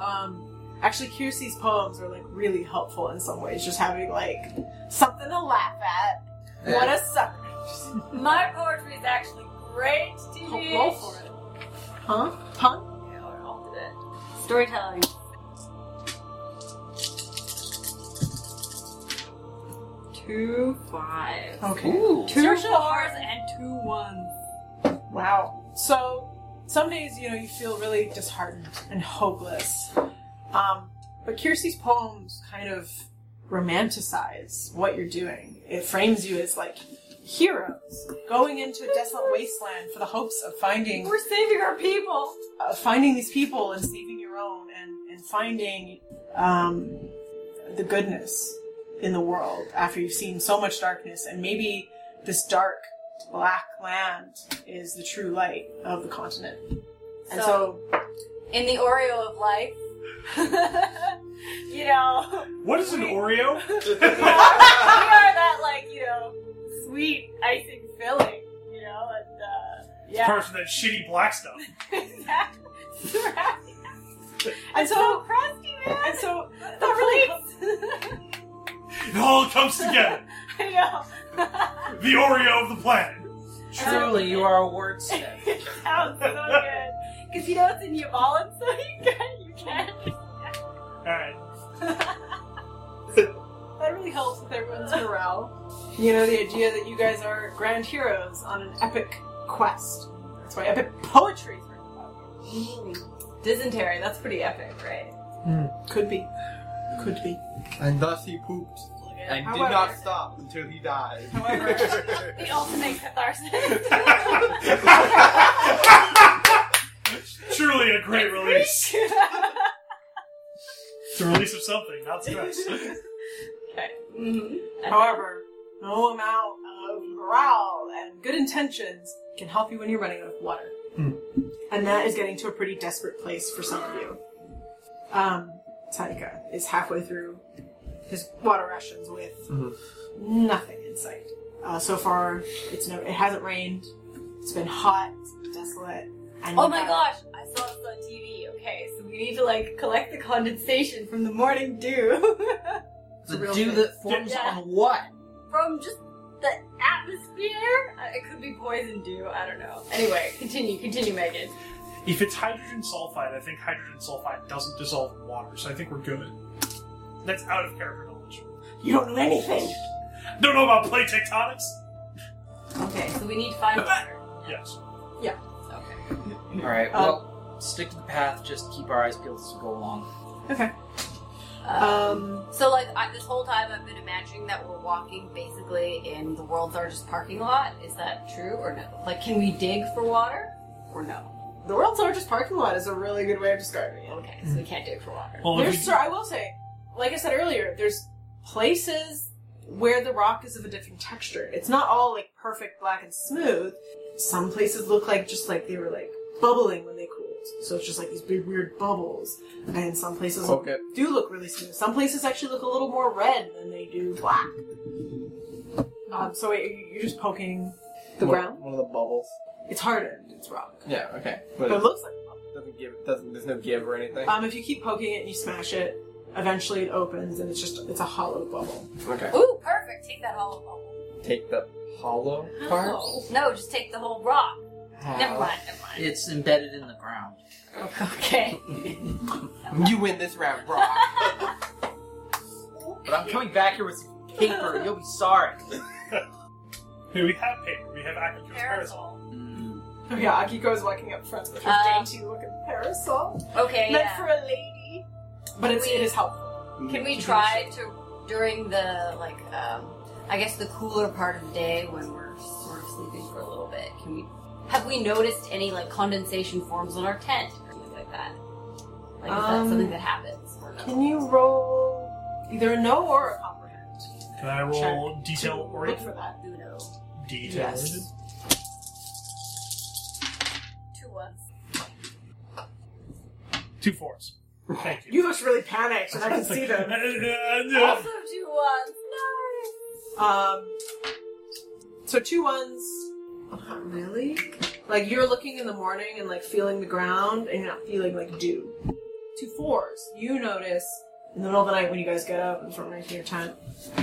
Speaker 1: Um, actually, Kiersey's poems are like really helpful in some ways. Just having like something to laugh at. What a sucker!
Speaker 7: My poetry is actually great, TV.
Speaker 1: Roll for it, huh? Pun?
Speaker 7: Yeah, I rolled it.
Speaker 6: Storytelling.
Speaker 7: Two five.
Speaker 1: Okay.
Speaker 7: Two fours and two ones.
Speaker 1: Wow. So some days, you know, you feel really disheartened and hopeless. Um, but Kiersey's poems kind of romanticize what you're doing. It frames you as like heroes going into a desolate wasteland for the hopes of finding
Speaker 7: We're saving our people.
Speaker 1: uh, finding these people and saving your own and, and finding um, the goodness in the world after you've seen so much darkness and maybe this dark black land is the true light of the continent. And
Speaker 7: So-
Speaker 1: so,
Speaker 7: In the Oreo of life. you know.
Speaker 2: What is an Oreo?
Speaker 7: we are that like you know sweet icing filling, you know, and uh, yeah,
Speaker 2: Apart from that shitty black stuff.
Speaker 7: exactly.
Speaker 1: and
Speaker 7: so
Speaker 1: so,
Speaker 7: crusty, man.
Speaker 1: and so,
Speaker 7: that really.
Speaker 2: It all comes together.
Speaker 7: I know.
Speaker 2: The Oreo of the planet.
Speaker 5: Truly, you are a wordsmith.
Speaker 7: it sounds so good because you know it's in Yamalan, so you can you can.
Speaker 2: Alright.
Speaker 1: That really helps with everyone's morale. You know, the idea that you guys are grand heroes on an epic quest. That's why epic poetry is written about you.
Speaker 7: Dysentery. That's pretty epic, right?
Speaker 1: Could be. Could be.
Speaker 3: And thus he pooped and did
Speaker 1: However-
Speaker 3: not stop until he died.
Speaker 1: However-
Speaker 7: The ultimate catharsis.
Speaker 2: Truly a great release. It's a release of something, not stress.
Speaker 7: hmm
Speaker 1: However, no amount of morale and good intentions can help you when you're running out of water.
Speaker 2: Hmm.
Speaker 1: And that is getting to a pretty desperate place for some of you. Um, Taika is halfway through his water rations with
Speaker 3: Mhm.
Speaker 1: nothing in sight. Uh, so far, it's no, it hasn't rained. It's been hot, desolate. and
Speaker 7: Oh
Speaker 1: you
Speaker 7: my
Speaker 1: have-
Speaker 7: gosh, I saw this on TV. Okay, so we need to like collect the condensation from the morning dew.
Speaker 1: It's a
Speaker 5: The
Speaker 1: real
Speaker 5: dew
Speaker 1: thing.
Speaker 5: that forms
Speaker 7: Yeah.
Speaker 5: on what?
Speaker 7: from just the atmosphere? Uh, It could be poison dew, I don't know. Anyway, continue, continue, Megan.
Speaker 2: If it's hydrogen sulfide, I think hydrogen sulfide doesn't dissolve in water, so I think we're good. That's out of character knowledge.
Speaker 1: You don't know anything.
Speaker 2: Don't know about plate tectonics?
Speaker 7: Okay, so we need to find water.
Speaker 2: Yes.
Speaker 7: Okay.
Speaker 5: All right. Well, Um, stick to the path. Just keep our eyes peeled as we go along.
Speaker 1: Um,
Speaker 6: So, like, I, this whole time I've been imagining that we're walking basically in the world's largest parking lot. Is that true or no? Like, can we dig for water or no?
Speaker 1: the world's largest parking lot is a really good way of describing it.
Speaker 6: Okay, so we can't dig for water.
Speaker 2: Well, if
Speaker 1: There's,
Speaker 2: we-
Speaker 1: sir, I will say, like I said earlier, there's places where the rock is of a different texture. It's not all like perfect black and smooth. Some places look like just like they were like bubbling when they cooled. So it's just like these big weird bubbles. And some places
Speaker 3: Poke it.
Speaker 1: do look really smooth. Some places actually look a little more red than they do black. Um, so wait, you- you're just poking the
Speaker 3: One-
Speaker 1: ground?
Speaker 3: One of the bubbles.
Speaker 1: It's hardened. It's rock.
Speaker 3: Yeah, okay.
Speaker 1: But
Speaker 3: But
Speaker 1: it
Speaker 3: it
Speaker 1: looks like a bubble.
Speaker 3: doesn't give, doesn't, there's no give or anything.
Speaker 1: Um, if you keep poking it and you smash it, eventually it opens and it's just it's a hollow bubble.
Speaker 3: Okay.
Speaker 6: Ooh, perfect. Take that hollow bubble.
Speaker 3: Take the hollow part.
Speaker 6: No, just take the whole rock. Never mind, never mind.
Speaker 5: It's embedded in the ground.
Speaker 6: Okay.
Speaker 3: You win this round, Brock.
Speaker 5: But I'm coming back here with paper. You'll be sorry.
Speaker 2: Hey, we have paper. We have acupuncture parasol.
Speaker 7: Parasol.
Speaker 1: Oh yeah, Akiko is walking up front with her
Speaker 6: Uh,
Speaker 1: dainty looking parasol.
Speaker 6: Okay,
Speaker 1: Meant
Speaker 6: yeah.
Speaker 1: for a lady. But it's, it is helpful.
Speaker 6: Can we try to during the like um, I guess the cooler part of the day when we're sort of sleeping for a little bit? Can we have we noticed any like condensation forms on our tent or something like that? Like is that
Speaker 1: Um,
Speaker 6: something that happens? Or no?
Speaker 1: Can you roll either a no or a comprehend?
Speaker 2: Can I roll detail
Speaker 1: Look
Speaker 2: oriented?
Speaker 1: for that.
Speaker 6: Uno.
Speaker 2: Detail oriented?
Speaker 1: Yes.
Speaker 6: Two ones.
Speaker 2: Two fours. Thank you.
Speaker 1: You looked really panicked, and I can see them.
Speaker 2: them.
Speaker 6: two ones.
Speaker 1: Um, so two ones. Not really. Like you're looking in the morning and like feeling the ground, and you're not feeling like dew. Two fours. You notice in the middle of the night when you guys get up and start making your tent,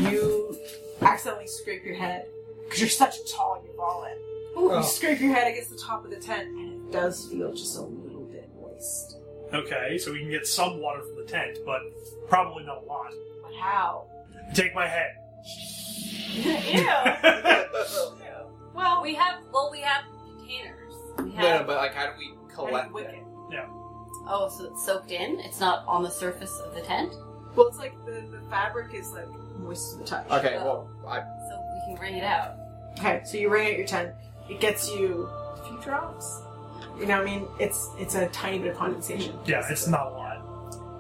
Speaker 1: you accidentally scrape your head because you're such a tall Yavalin. You
Speaker 3: Oh.
Speaker 1: scrape your head against the top of the tent, and it does feel just a little bit moist.
Speaker 2: okay, so we can get some water from the tent, but probably not a lot.
Speaker 1: But how?
Speaker 2: Take my head.
Speaker 7: Ew.
Speaker 6: Well, we have well we have containers. We
Speaker 3: No, no,
Speaker 6: have
Speaker 3: but like, how do we
Speaker 1: How do
Speaker 3: collect
Speaker 1: you wick
Speaker 3: it?
Speaker 1: it?
Speaker 6: oh so it's soaked in. It's not on the surface of the tent,
Speaker 1: Well, it's like the, the fabric is like moist to the touch.
Speaker 3: Okay, well, I,
Speaker 6: so we can wring it out.
Speaker 1: Okay, so you ring out your tent. It gets you a few drops. You know, what I mean, it's it's a tiny bit of condensation.
Speaker 2: Yeah, it's not a lot.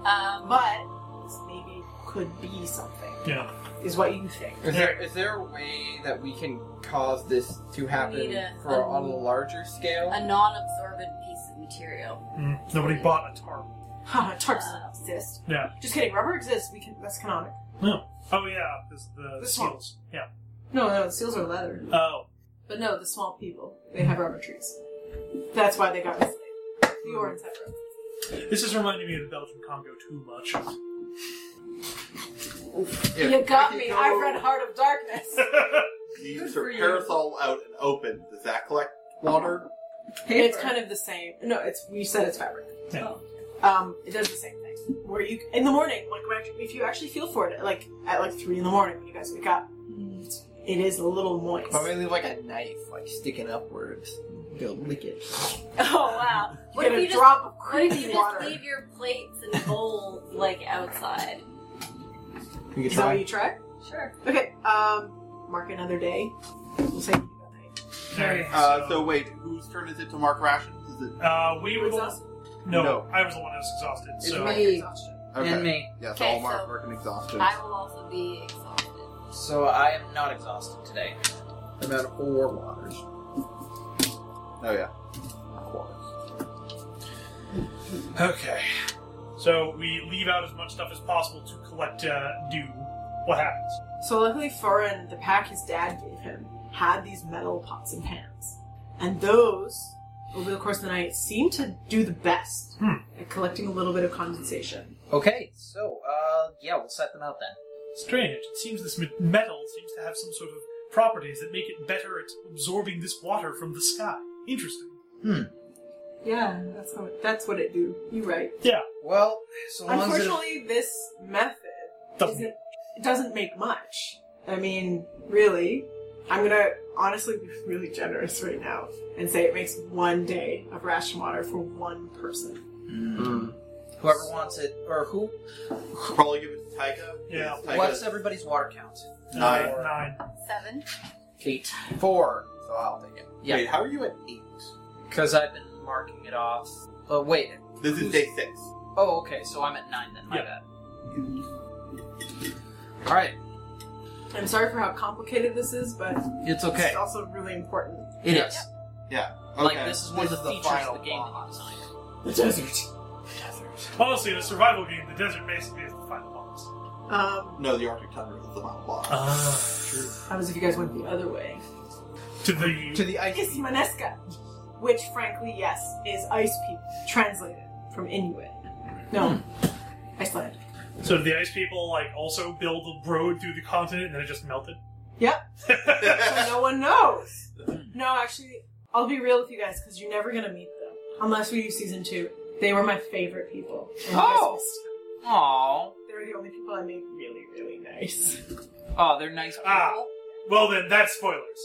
Speaker 6: Um,
Speaker 1: But this maybe could be something.
Speaker 2: Yeah.
Speaker 1: is what you think.
Speaker 3: Is there is there a way that we can cause this to happen
Speaker 6: need a-
Speaker 3: for
Speaker 6: a-
Speaker 3: on a larger scale?
Speaker 6: A non-absorbent piece of material.
Speaker 2: Mm, nobody bought a tarp.
Speaker 1: Haha, tarps doesn't exist.
Speaker 2: Yeah.
Speaker 1: Just kidding. Rubber exists. We can. That's canonic.
Speaker 2: Oh yeah, this, the
Speaker 1: This one.
Speaker 2: seals. Yeah.
Speaker 1: No, no, the seals are leather.
Speaker 2: Oh,
Speaker 1: But no, the small people they have rubber trees. That's why they got enslaved. The Orans have rubber.
Speaker 2: this is reminding me of the Belgian Congo too much.
Speaker 3: Yeah.
Speaker 1: You got
Speaker 4: We
Speaker 1: me.
Speaker 4: could go-
Speaker 1: I've read Heart of Darkness.
Speaker 4: You
Speaker 1: Good
Speaker 4: sort
Speaker 1: for
Speaker 4: of
Speaker 1: you.
Speaker 4: parasol out and open. Does that collect water?
Speaker 1: It's kind of the same. No, it's you said it's fabric.
Speaker 2: Yeah.
Speaker 1: Um, it does the same thing. Where you in the morning, like when act- if you actually feel for it, like at like three in the morning when you guys wake up, it is a little moist.
Speaker 3: Probably leave like a knife, like sticking upwards. Go lick it.
Speaker 7: Oh wow.
Speaker 1: You
Speaker 6: What
Speaker 1: get
Speaker 6: if
Speaker 1: a
Speaker 6: you just-
Speaker 1: drop of
Speaker 6: What if you
Speaker 1: crazy
Speaker 6: just
Speaker 1: water.
Speaker 6: leave your plates and bowls like outside?
Speaker 3: We could
Speaker 1: Is that what
Speaker 3: try.
Speaker 1: you try?
Speaker 6: Sure.
Speaker 1: Okay. Um, mark another day. We'll say that night.
Speaker 2: Alright,
Speaker 4: Uh, so wait, whose turn is it to mark rations? Is it
Speaker 2: uh, we were the one. No,
Speaker 4: No.
Speaker 2: I was the one that was exhausted.
Speaker 4: It's
Speaker 2: So
Speaker 1: Mark your exhaustion.
Speaker 5: And me.
Speaker 4: Yeah, so
Speaker 6: Okay,
Speaker 4: I'll mark
Speaker 6: so-
Speaker 4: work and exhaustion.
Speaker 6: I will also be exhausted.
Speaker 5: So I am not exhausted today.
Speaker 3: I'm out of four waters.
Speaker 4: Oh yeah.
Speaker 2: okay. So we leave out as much stuff as possible to collect uh, dew. What happens?
Speaker 1: So luckily, Foreign, the pack his dad gave him, had these metal pots and pans, and those, over the course of the night, seemed to do the best
Speaker 2: Hmm.
Speaker 1: at collecting a little bit of condensation.
Speaker 5: Okay, so uh, yeah, we'll set them out then.
Speaker 2: Strange. It seems this me- metal seems to have some sort of properties that make it better at absorbing this water from the sky. Interesting.
Speaker 1: Yeah, that's how it, that's what it do. You right.
Speaker 5: Well, so long as it
Speaker 1: Unfortunately, this method
Speaker 2: Doesn't
Speaker 1: isn't, it doesn't make much. I mean, really, I'm gonna honestly be really generous right now and say it makes one day of ration water for one person.
Speaker 5: Hmm.
Speaker 3: Mm.
Speaker 5: whoever wants it or who.
Speaker 4: Probably give it to Tyga.
Speaker 2: Yeah.
Speaker 4: Because Tyga-
Speaker 5: What's everybody's water count?
Speaker 4: Nine.
Speaker 2: Uh, nine.
Speaker 6: Seven.
Speaker 5: Eight.
Speaker 3: Four, so I'll take it.
Speaker 5: Yeah.
Speaker 4: Wait, how are you at eight?
Speaker 5: Because I've been marking it off. Oh wait.
Speaker 4: This is
Speaker 5: Who's-
Speaker 4: day six.
Speaker 5: Oh, okay. So I'm at nine then. My
Speaker 2: Yeah.
Speaker 5: bad. All right.
Speaker 1: I'm sorry for how complicated this is, but it's
Speaker 5: It's okay.
Speaker 1: also really important.
Speaker 5: It is.
Speaker 4: Okay.
Speaker 5: Like this is one
Speaker 3: This
Speaker 5: of
Speaker 3: is the
Speaker 5: the features of
Speaker 3: final
Speaker 5: the game that you
Speaker 3: boss.
Speaker 5: designed.
Speaker 1: The desert.
Speaker 2: Honestly, in a survival game, the desert basically is the final boss.
Speaker 1: Um,
Speaker 4: No, the Arctic Tundra is the final boss.
Speaker 2: Ah, true.
Speaker 1: I was if you guys went the other way.
Speaker 2: To the
Speaker 3: To the ice.
Speaker 1: Ismaneska, which frankly, yes, is ice people, translated from Inuit. No, Iceland.
Speaker 2: so did the ice people like also build a road through the continent and then it just melted.
Speaker 1: Yep. So no one knows. No, actually, I'll be real with you guys because you're never gonna meet them unless we do season two. They were my favorite people. And you guys
Speaker 5: Oh.
Speaker 1: missed them.
Speaker 5: Aw.
Speaker 1: they were the only people I made really, really nice.
Speaker 5: Oh, they're nice people.
Speaker 2: Ah. well then, that's spoilers.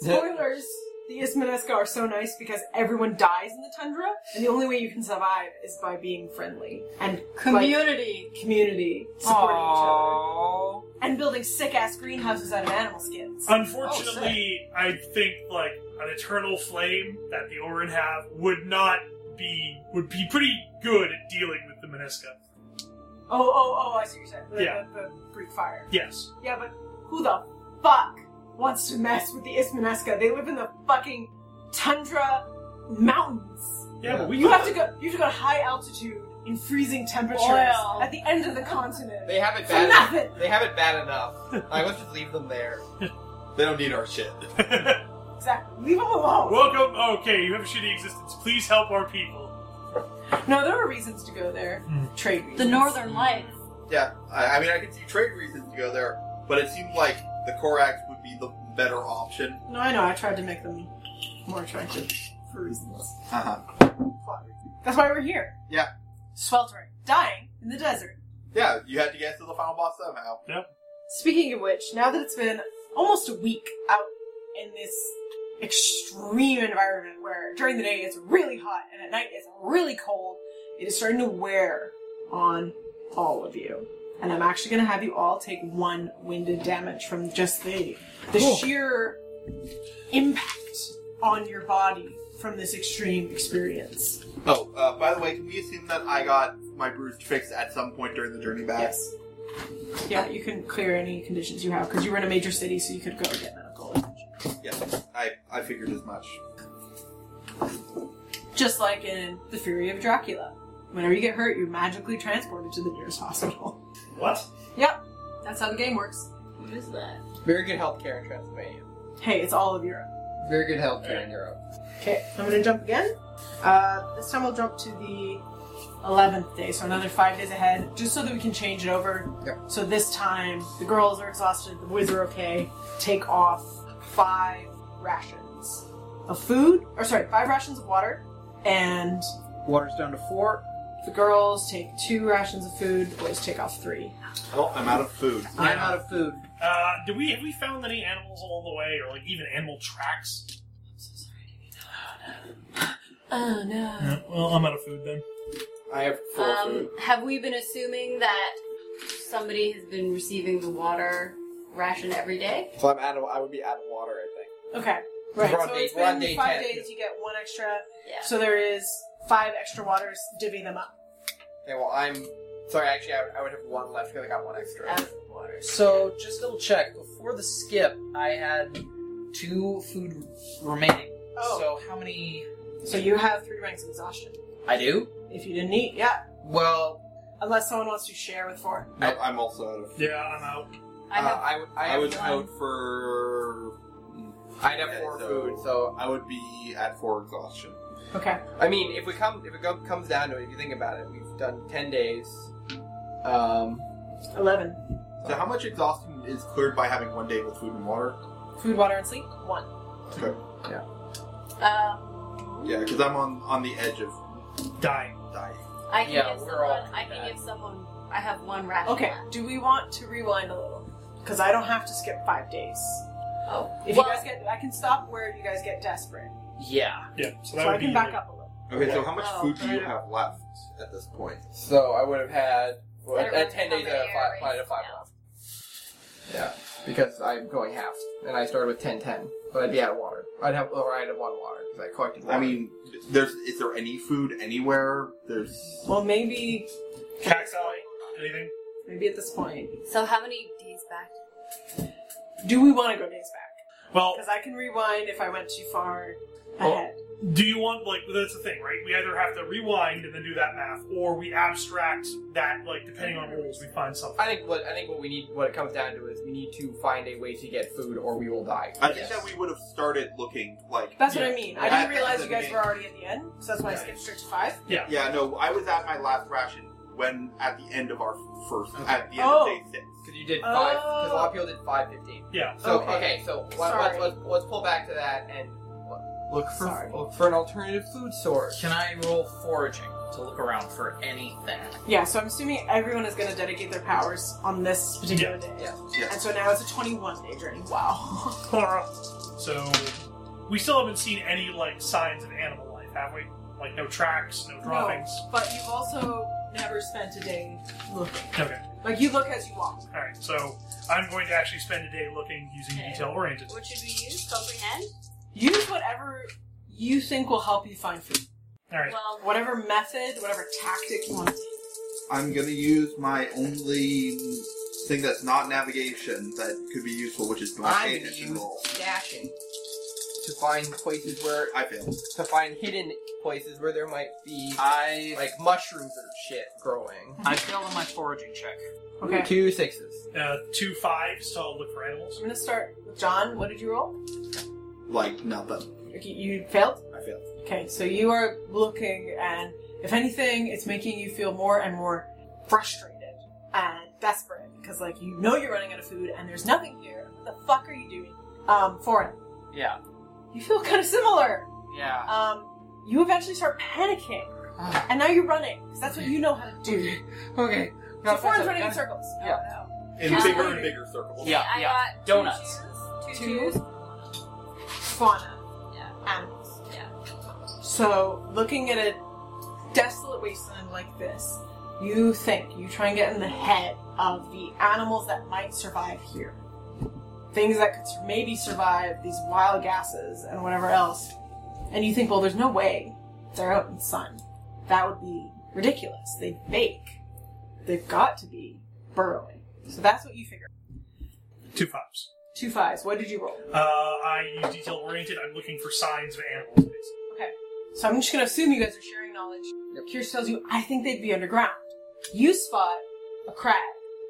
Speaker 1: Spoilers. The Ismaneska are so nice because everyone dies in the tundra, and the only way you can survive is by being friendly and like,
Speaker 7: Community.
Speaker 1: community supporting each
Speaker 5: Aw.
Speaker 1: other and building sick ass greenhouses out of animal skins.
Speaker 5: Uh,
Speaker 2: Unfortunately,
Speaker 1: Oh,
Speaker 2: I think like an eternal flame that the Orin have would not be would be pretty good at dealing with the Menisca.
Speaker 1: Oh, oh, oh! I see what you're saying. The,
Speaker 2: Yeah.
Speaker 1: the, the Greek fire.
Speaker 2: Yes.
Speaker 1: Yeah, but who the fuck wants to mess with the Ismaneska? They live in the fucking tundra mountains.
Speaker 2: Yeah, but we
Speaker 1: You have to go. You have to go to high altitude in freezing temperatures
Speaker 7: Oil.
Speaker 1: at the end of the continent
Speaker 3: They have it
Speaker 1: for
Speaker 3: bad.
Speaker 1: nothing.
Speaker 3: They have it bad enough. Like, let's just leave them there.
Speaker 4: Oh. They don't need our shit.
Speaker 1: Exactly. Leave them alone.
Speaker 2: welcome. Okay, you have a shitty existence. Please help our people.
Speaker 1: No, there are reasons to go there.
Speaker 2: Hmm.
Speaker 1: Trade reasons.
Speaker 6: The Northern Lights.
Speaker 4: Yeah, I, I mean, I can see trade reasons to go there, but it seemed like the Korax would be the better option.
Speaker 1: No, I know. I tried to make them more attractive for reasons.
Speaker 4: Uh-huh.
Speaker 1: Plot reasons. That's why we're here.
Speaker 4: Yeah.
Speaker 1: Sweltering, dying in the desert.
Speaker 4: Yeah, you had to get to the final boss somehow.
Speaker 1: Speaking of which, now that it's been almost a week out in this extreme environment where during the day it's really hot and at night it's really cold, it is starting to wear on all of you. And I'm actually going to have you all take one winded damage from just the the sheer impact on your body from this extreme experience.
Speaker 4: Oh, uh, by the way, can we assume that I got my bruised fixed at some point during the journey back?
Speaker 1: Yes. Yeah, you can clear any conditions you have because you were in a major city, so you could go get medical attention.
Speaker 4: Yeah, I, I figured as much.
Speaker 1: Just like in The Fury of Dracula. Whenever you get hurt, you're magically transported to the nearest hospital.
Speaker 2: What?
Speaker 1: That's how the game works.
Speaker 6: What is that?
Speaker 3: Very good healthcare in Transylvania.
Speaker 1: Hey, it's all of Europe.
Speaker 3: Very good healthcare in Europe.
Speaker 1: Okay, I'm gonna jump again. Uh, this time we'll jump to the 11th day, so another five days ahead, just so that we can change it over.
Speaker 3: Yep.
Speaker 1: So this time, the girls are exhausted, the boys are okay. Take off five rations of food, or sorry, five rations of water, and
Speaker 3: Water's down to four.
Speaker 1: The girls take two rations of food, the boys take off three.
Speaker 4: Oh, I'm out of food.
Speaker 5: I'm out of food.
Speaker 2: Uh, do we have we found any animals along the way, or like even animal tracks?
Speaker 6: Oh no.
Speaker 2: Uh, well, I'm out of food then.
Speaker 3: I have
Speaker 6: Um, have we been assuming that somebody has been receiving the water ration every day?
Speaker 3: So I'm out of. I would be out of water. I think.
Speaker 1: Okay. Right.
Speaker 3: We're on
Speaker 1: so
Speaker 3: day-
Speaker 1: it's
Speaker 3: we're on
Speaker 1: been
Speaker 3: day
Speaker 1: five
Speaker 3: 10.
Speaker 1: days, you get one extra.
Speaker 6: Yeah.
Speaker 1: So there is five extra waters, divvy them up.
Speaker 3: Okay. Well, I'm sorry. Actually, I would, I would have one left because I got one extra.
Speaker 6: Out of the water.
Speaker 5: So just double check before the skip. I had two food remaining.
Speaker 1: Oh.
Speaker 5: So how many?
Speaker 1: So, you have three ranks of exhaustion.
Speaker 5: I do.
Speaker 1: If you didn't eat, yeah.
Speaker 5: Well,
Speaker 1: Unless someone wants to share with four.
Speaker 4: I, I'm also out of food.
Speaker 2: Yeah, I'm out.
Speaker 6: I
Speaker 3: uh,
Speaker 6: have
Speaker 3: I would. I,
Speaker 4: I
Speaker 3: have
Speaker 4: was
Speaker 3: one-
Speaker 4: out for.
Speaker 3: I'd have four
Speaker 4: so
Speaker 3: food. So
Speaker 4: I would be at four exhaustion.
Speaker 1: Okay.
Speaker 3: I mean, if we come, if it go, comes down to it, if you think about it, we've done ten days. Um,
Speaker 1: Eleven.
Speaker 4: So how much exhaustion is cleared by having one day with food and water?
Speaker 1: Food, water, and sleep? One.
Speaker 4: Okay.
Speaker 5: Ah.
Speaker 6: Um,
Speaker 4: Yeah, because I'm on on the edge of
Speaker 2: Dying.
Speaker 4: dying.
Speaker 6: I can
Speaker 5: Yeah,
Speaker 6: give
Speaker 5: we're all
Speaker 6: someone. I can
Speaker 5: bad.
Speaker 6: give someone. I have one ration.
Speaker 1: Okay.
Speaker 6: left.
Speaker 1: Do we want to rewind a little? Because I don't have to skip five days.
Speaker 6: Oh,
Speaker 1: If
Speaker 6: well,
Speaker 1: you guys get, I can stop where you guys get desperate.
Speaker 5: yeah.
Speaker 2: Yeah. So
Speaker 1: So
Speaker 2: that
Speaker 1: I
Speaker 2: would
Speaker 1: can
Speaker 2: be
Speaker 1: back
Speaker 2: like-
Speaker 1: up a little.
Speaker 4: Okay, so how much
Speaker 6: Oh,
Speaker 4: food do you
Speaker 6: right.
Speaker 4: have left at this point?
Speaker 3: so I would have had well,
Speaker 6: I
Speaker 3: at,
Speaker 6: don't
Speaker 3: at
Speaker 6: remember
Speaker 3: ten
Speaker 6: how
Speaker 3: days. I
Speaker 6: many
Speaker 3: have five,
Speaker 6: I
Speaker 3: probably have
Speaker 6: raised
Speaker 3: five
Speaker 6: now.
Speaker 3: left. Yeah, because I'm going half, and I started with ten ten, but I'd be out of water. I'd have or I'd have one water because I collected. Water.
Speaker 4: I mean, there's is there any food anywhere? There's
Speaker 1: Well, maybe,
Speaker 2: Cacti. Anything?
Speaker 1: maybe at this point,
Speaker 6: so how many days back?
Speaker 1: do we want to go days back?
Speaker 2: Well,
Speaker 1: Because I can rewind if I went too far
Speaker 2: Oh.
Speaker 1: ahead.
Speaker 2: do you want like that's the thing, right? We either have to rewind and then do that math, or we abstract that like depending on rules, we find something.
Speaker 3: I think what I think what we need, what it comes down to, is we need to find a way to get food, or we will die.
Speaker 4: I think that we would have started looking like
Speaker 1: That's what
Speaker 2: Yeah.
Speaker 1: I mean. I
Speaker 4: Yeah.
Speaker 1: didn't realize you guys
Speaker 4: Yeah.
Speaker 1: were already at the end, so that's why I
Speaker 4: Yeah.
Speaker 1: skipped straight to five.
Speaker 4: yeah no I was at my last ration when at the end of our first at the end
Speaker 1: Oh.
Speaker 4: of day six.
Speaker 3: Because you did five. Because a lot of people did five fifteen.
Speaker 2: Yeah.
Speaker 3: So
Speaker 1: Okay.
Speaker 3: okay, so let,
Speaker 1: Sorry.
Speaker 3: let's, let's let's pull back to that and look- look for
Speaker 1: Sorry.
Speaker 3: look for an alternative food source.
Speaker 5: Can I roll foraging to look around for anything?
Speaker 1: Yeah, so I'm assuming everyone is going to dedicate their powers on this particular
Speaker 2: Yeah.
Speaker 1: day.
Speaker 3: Yeah.
Speaker 1: And
Speaker 4: Yes.
Speaker 1: so now it's a 21 day journey. Wow.
Speaker 2: Clara. So we still haven't seen any like signs of animal life, have we? Like no tracks, no droppings.
Speaker 1: But you've also never spent a day looking.
Speaker 2: Okay.
Speaker 1: Like, you look as you walk.
Speaker 2: All right. So I'm going to actually spend a day looking using
Speaker 6: Okay.
Speaker 2: detail oriented.
Speaker 6: What should we use? Comprehend.
Speaker 1: Use whatever you think will help you find food.
Speaker 2: All right.
Speaker 6: Well,
Speaker 1: Whatever method, whatever tactic you want to take.
Speaker 4: I'm gonna use my only thing that's not navigation that could be useful, which is my
Speaker 3: I'm gonna
Speaker 4: attention
Speaker 3: use
Speaker 4: roll.
Speaker 3: dashing to find places where
Speaker 4: I failed.
Speaker 3: to find hidden places where there might be
Speaker 4: I
Speaker 3: like mushrooms or shit growing.
Speaker 5: I failed on my foraging check.
Speaker 1: Okay. I'm
Speaker 3: Two sixes.
Speaker 2: Uh, two fives to look for animals.
Speaker 1: going to start with John. What did you roll?
Speaker 4: like nothing.
Speaker 1: Okay, You failed?
Speaker 4: I failed.
Speaker 1: Okay, so you are looking, and if anything, it's making you feel more and more frustrated and desperate because, like, you know you're running out of food and there's nothing here. What the fuck are you doing? Um, foreign.
Speaker 5: Yeah.
Speaker 1: You feel kind of similar.
Speaker 5: Yeah.
Speaker 1: Um, you eventually start panicking, and now you're running because that's what you know how to do.
Speaker 3: Okay.
Speaker 1: So foreign's running in circles. Oh,
Speaker 6: yeah.
Speaker 4: In
Speaker 6: Yeah.
Speaker 4: bigger and bigger circles.
Speaker 5: Yeah,
Speaker 6: I
Speaker 5: yeah.
Speaker 6: got
Speaker 5: Donuts.
Speaker 6: Two twos.
Speaker 1: Two.
Speaker 6: Two twos.
Speaker 1: Fauna.
Speaker 6: Yeah.
Speaker 1: Animals.
Speaker 6: Yeah.
Speaker 1: So, looking at a desolate wasteland like this, you think, you try and get in the head of the animals that might survive here. Things that could sur- maybe survive these wild gases and whatever else. And you think, well, there's no way they're out in the sun. That would be ridiculous. They bake. They've got to be burrowing. So that's what you figure.
Speaker 2: Two fives.
Speaker 1: Two fives. What did you roll?
Speaker 2: Uh, I use detail oriented. I'm looking for signs of animals, basically.
Speaker 1: So I'm just gonna assume you guys are sharing knowledge. Kirst tells you, I think they'd be underground. You spot a crag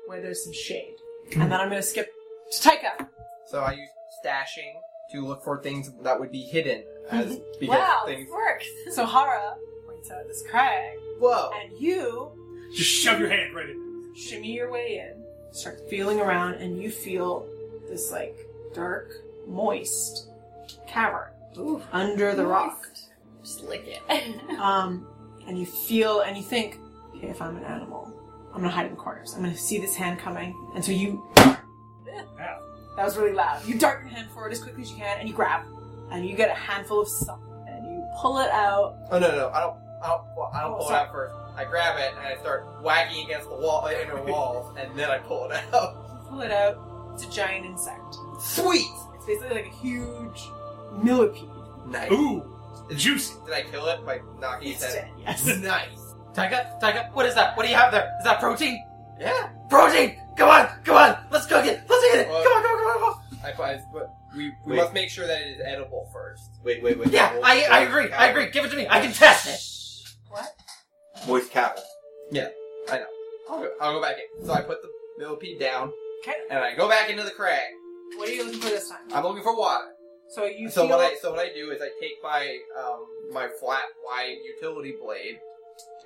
Speaker 1: where there's some shade. And then I'm gonna skip to Taika.
Speaker 3: So I use stashing to look for things that would be hidden as because
Speaker 7: Wow,
Speaker 3: things.
Speaker 7: this works.
Speaker 1: So Hara points out this crag,
Speaker 3: Whoa!
Speaker 1: and you
Speaker 2: Just shove your hand right in.
Speaker 1: shimmy your way in, start feeling around, and you feel this like dark, moist cavern
Speaker 6: Ooh,
Speaker 1: under the rock.
Speaker 6: Just lick it.
Speaker 1: Um, and you feel and you think, okay, if I'm an animal, I'm gonna hide in the corners. I'm gonna see this hand coming, and so you.
Speaker 2: Yeah.
Speaker 1: That was really loud. You dart your hand forward as quickly as you can, and you grab, and you get a handful of something, and you pull it out.
Speaker 3: Oh no no! I don't. I don't. Well, I don't
Speaker 1: Oh,
Speaker 3: pull
Speaker 1: sorry.
Speaker 3: it out first. I grab it and I start wagging against the wall, the inner walls, and then I pull it out.
Speaker 1: You pull it out. It's a giant insect.
Speaker 3: Sweet.
Speaker 1: It's basically like a huge millipede.
Speaker 3: Nice.
Speaker 2: Ooh, juicy.
Speaker 3: Did I kill it by knocking its
Speaker 1: It's
Speaker 3: head?
Speaker 1: dead. Yes.
Speaker 3: Nice.
Speaker 5: Tyga, Tyga, what is that? What do you have there? Is that protein?
Speaker 3: Yeah.
Speaker 5: Protein! Come on, come on! Let's cook it! Let's eat it!
Speaker 3: Well-
Speaker 5: come on, come on, come on, come on!
Speaker 3: I, I but we we
Speaker 4: Wait.
Speaker 3: must make sure that it is edible first.
Speaker 4: Wait, wait, wait.
Speaker 5: Yeah, I, I agree, I agree. Give it to me. I can test it.
Speaker 4: Moist cattle.
Speaker 3: I'll go, I'll go back in. So I put the millipede down.
Speaker 1: 'Kay.
Speaker 3: And I go back into the crag.
Speaker 1: What are you looking for this time?
Speaker 3: I'm looking for water.
Speaker 1: So you
Speaker 3: Uh, So
Speaker 1: feel
Speaker 3: what I so what I do is I take my um, my flat wide utility blade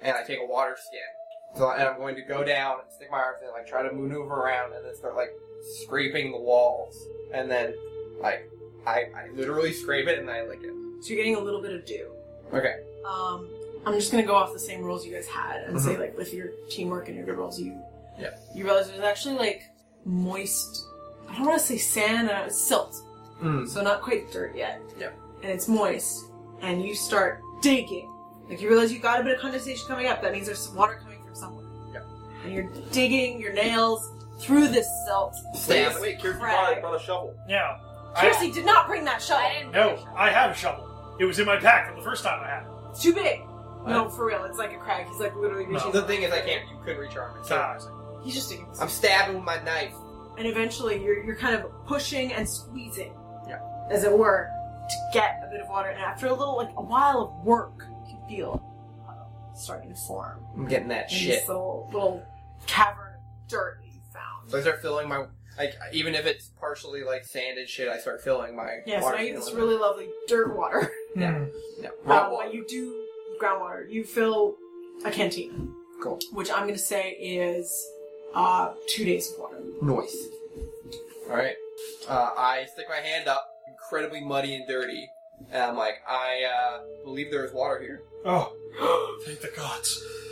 Speaker 3: and I take a water skin. So and I'm going to go down and stick my arms in, like try to maneuver around and then start like scraping the walls. And then like I, I literally scrape it and I lick it.
Speaker 1: so you're getting a little bit of dew.
Speaker 3: Okay.
Speaker 1: Um, I'm just gonna go off the same rules you guys had and say like with your teamwork and your good rolls, you
Speaker 3: Mm-hmm. Yeah.
Speaker 1: you realize there's actually like moist. I don't want to say sand, uh, silt,
Speaker 3: Hmm.
Speaker 1: so not quite dirt yet.
Speaker 3: Mm. Yeah.
Speaker 1: And it's moist, and you start digging. Like you realize you got a bit of condensation coming up. That means there's water coming from somewhere.
Speaker 3: Yeah.
Speaker 1: And you're digging your nails through this silt.
Speaker 3: Stab it.
Speaker 4: wait, Kirby
Speaker 1: Crag.
Speaker 4: brought, brought a shovel.
Speaker 2: Yeah. I,
Speaker 1: Kirsty did not bring that shovel.
Speaker 6: I didn't
Speaker 2: no,
Speaker 6: finish it.
Speaker 2: I have a shovel. It was in my pack from the first time I had it.
Speaker 1: It's too big. No, for real. It's like a crag. He's like literally
Speaker 2: No.
Speaker 1: reaching.
Speaker 3: The thing is I can't you could reach arm it.
Speaker 2: So
Speaker 3: So
Speaker 2: Ah, I was like,
Speaker 1: He's just digging.
Speaker 3: I'm stabbing with my knife.
Speaker 1: and eventually you're, you're kind of pushing and squeezing,
Speaker 3: Yeah.
Speaker 1: as it were, to get a bit of water. And after a little, like a while of work, you can feel uh, starting to form
Speaker 3: I'm getting that
Speaker 1: in
Speaker 3: shit.
Speaker 1: this little little cavern of dirt that you found.
Speaker 3: So I start filling my like even if it's partially like sanded shit, I start filling my
Speaker 1: Yeah, so
Speaker 3: water
Speaker 1: now you get this
Speaker 3: skin.
Speaker 1: really lovely dirt water.
Speaker 2: hmm.
Speaker 3: Yeah. No.
Speaker 1: Um, but you do groundwater. You fill a canteen,
Speaker 3: Cool.
Speaker 1: which I'm going to say is uh, two days of water.
Speaker 3: Noise. All right. Uh, I stick my hand up, incredibly muddy and dirty, and I'm like, I uh, believe there is water here.
Speaker 2: Oh, thank the gods.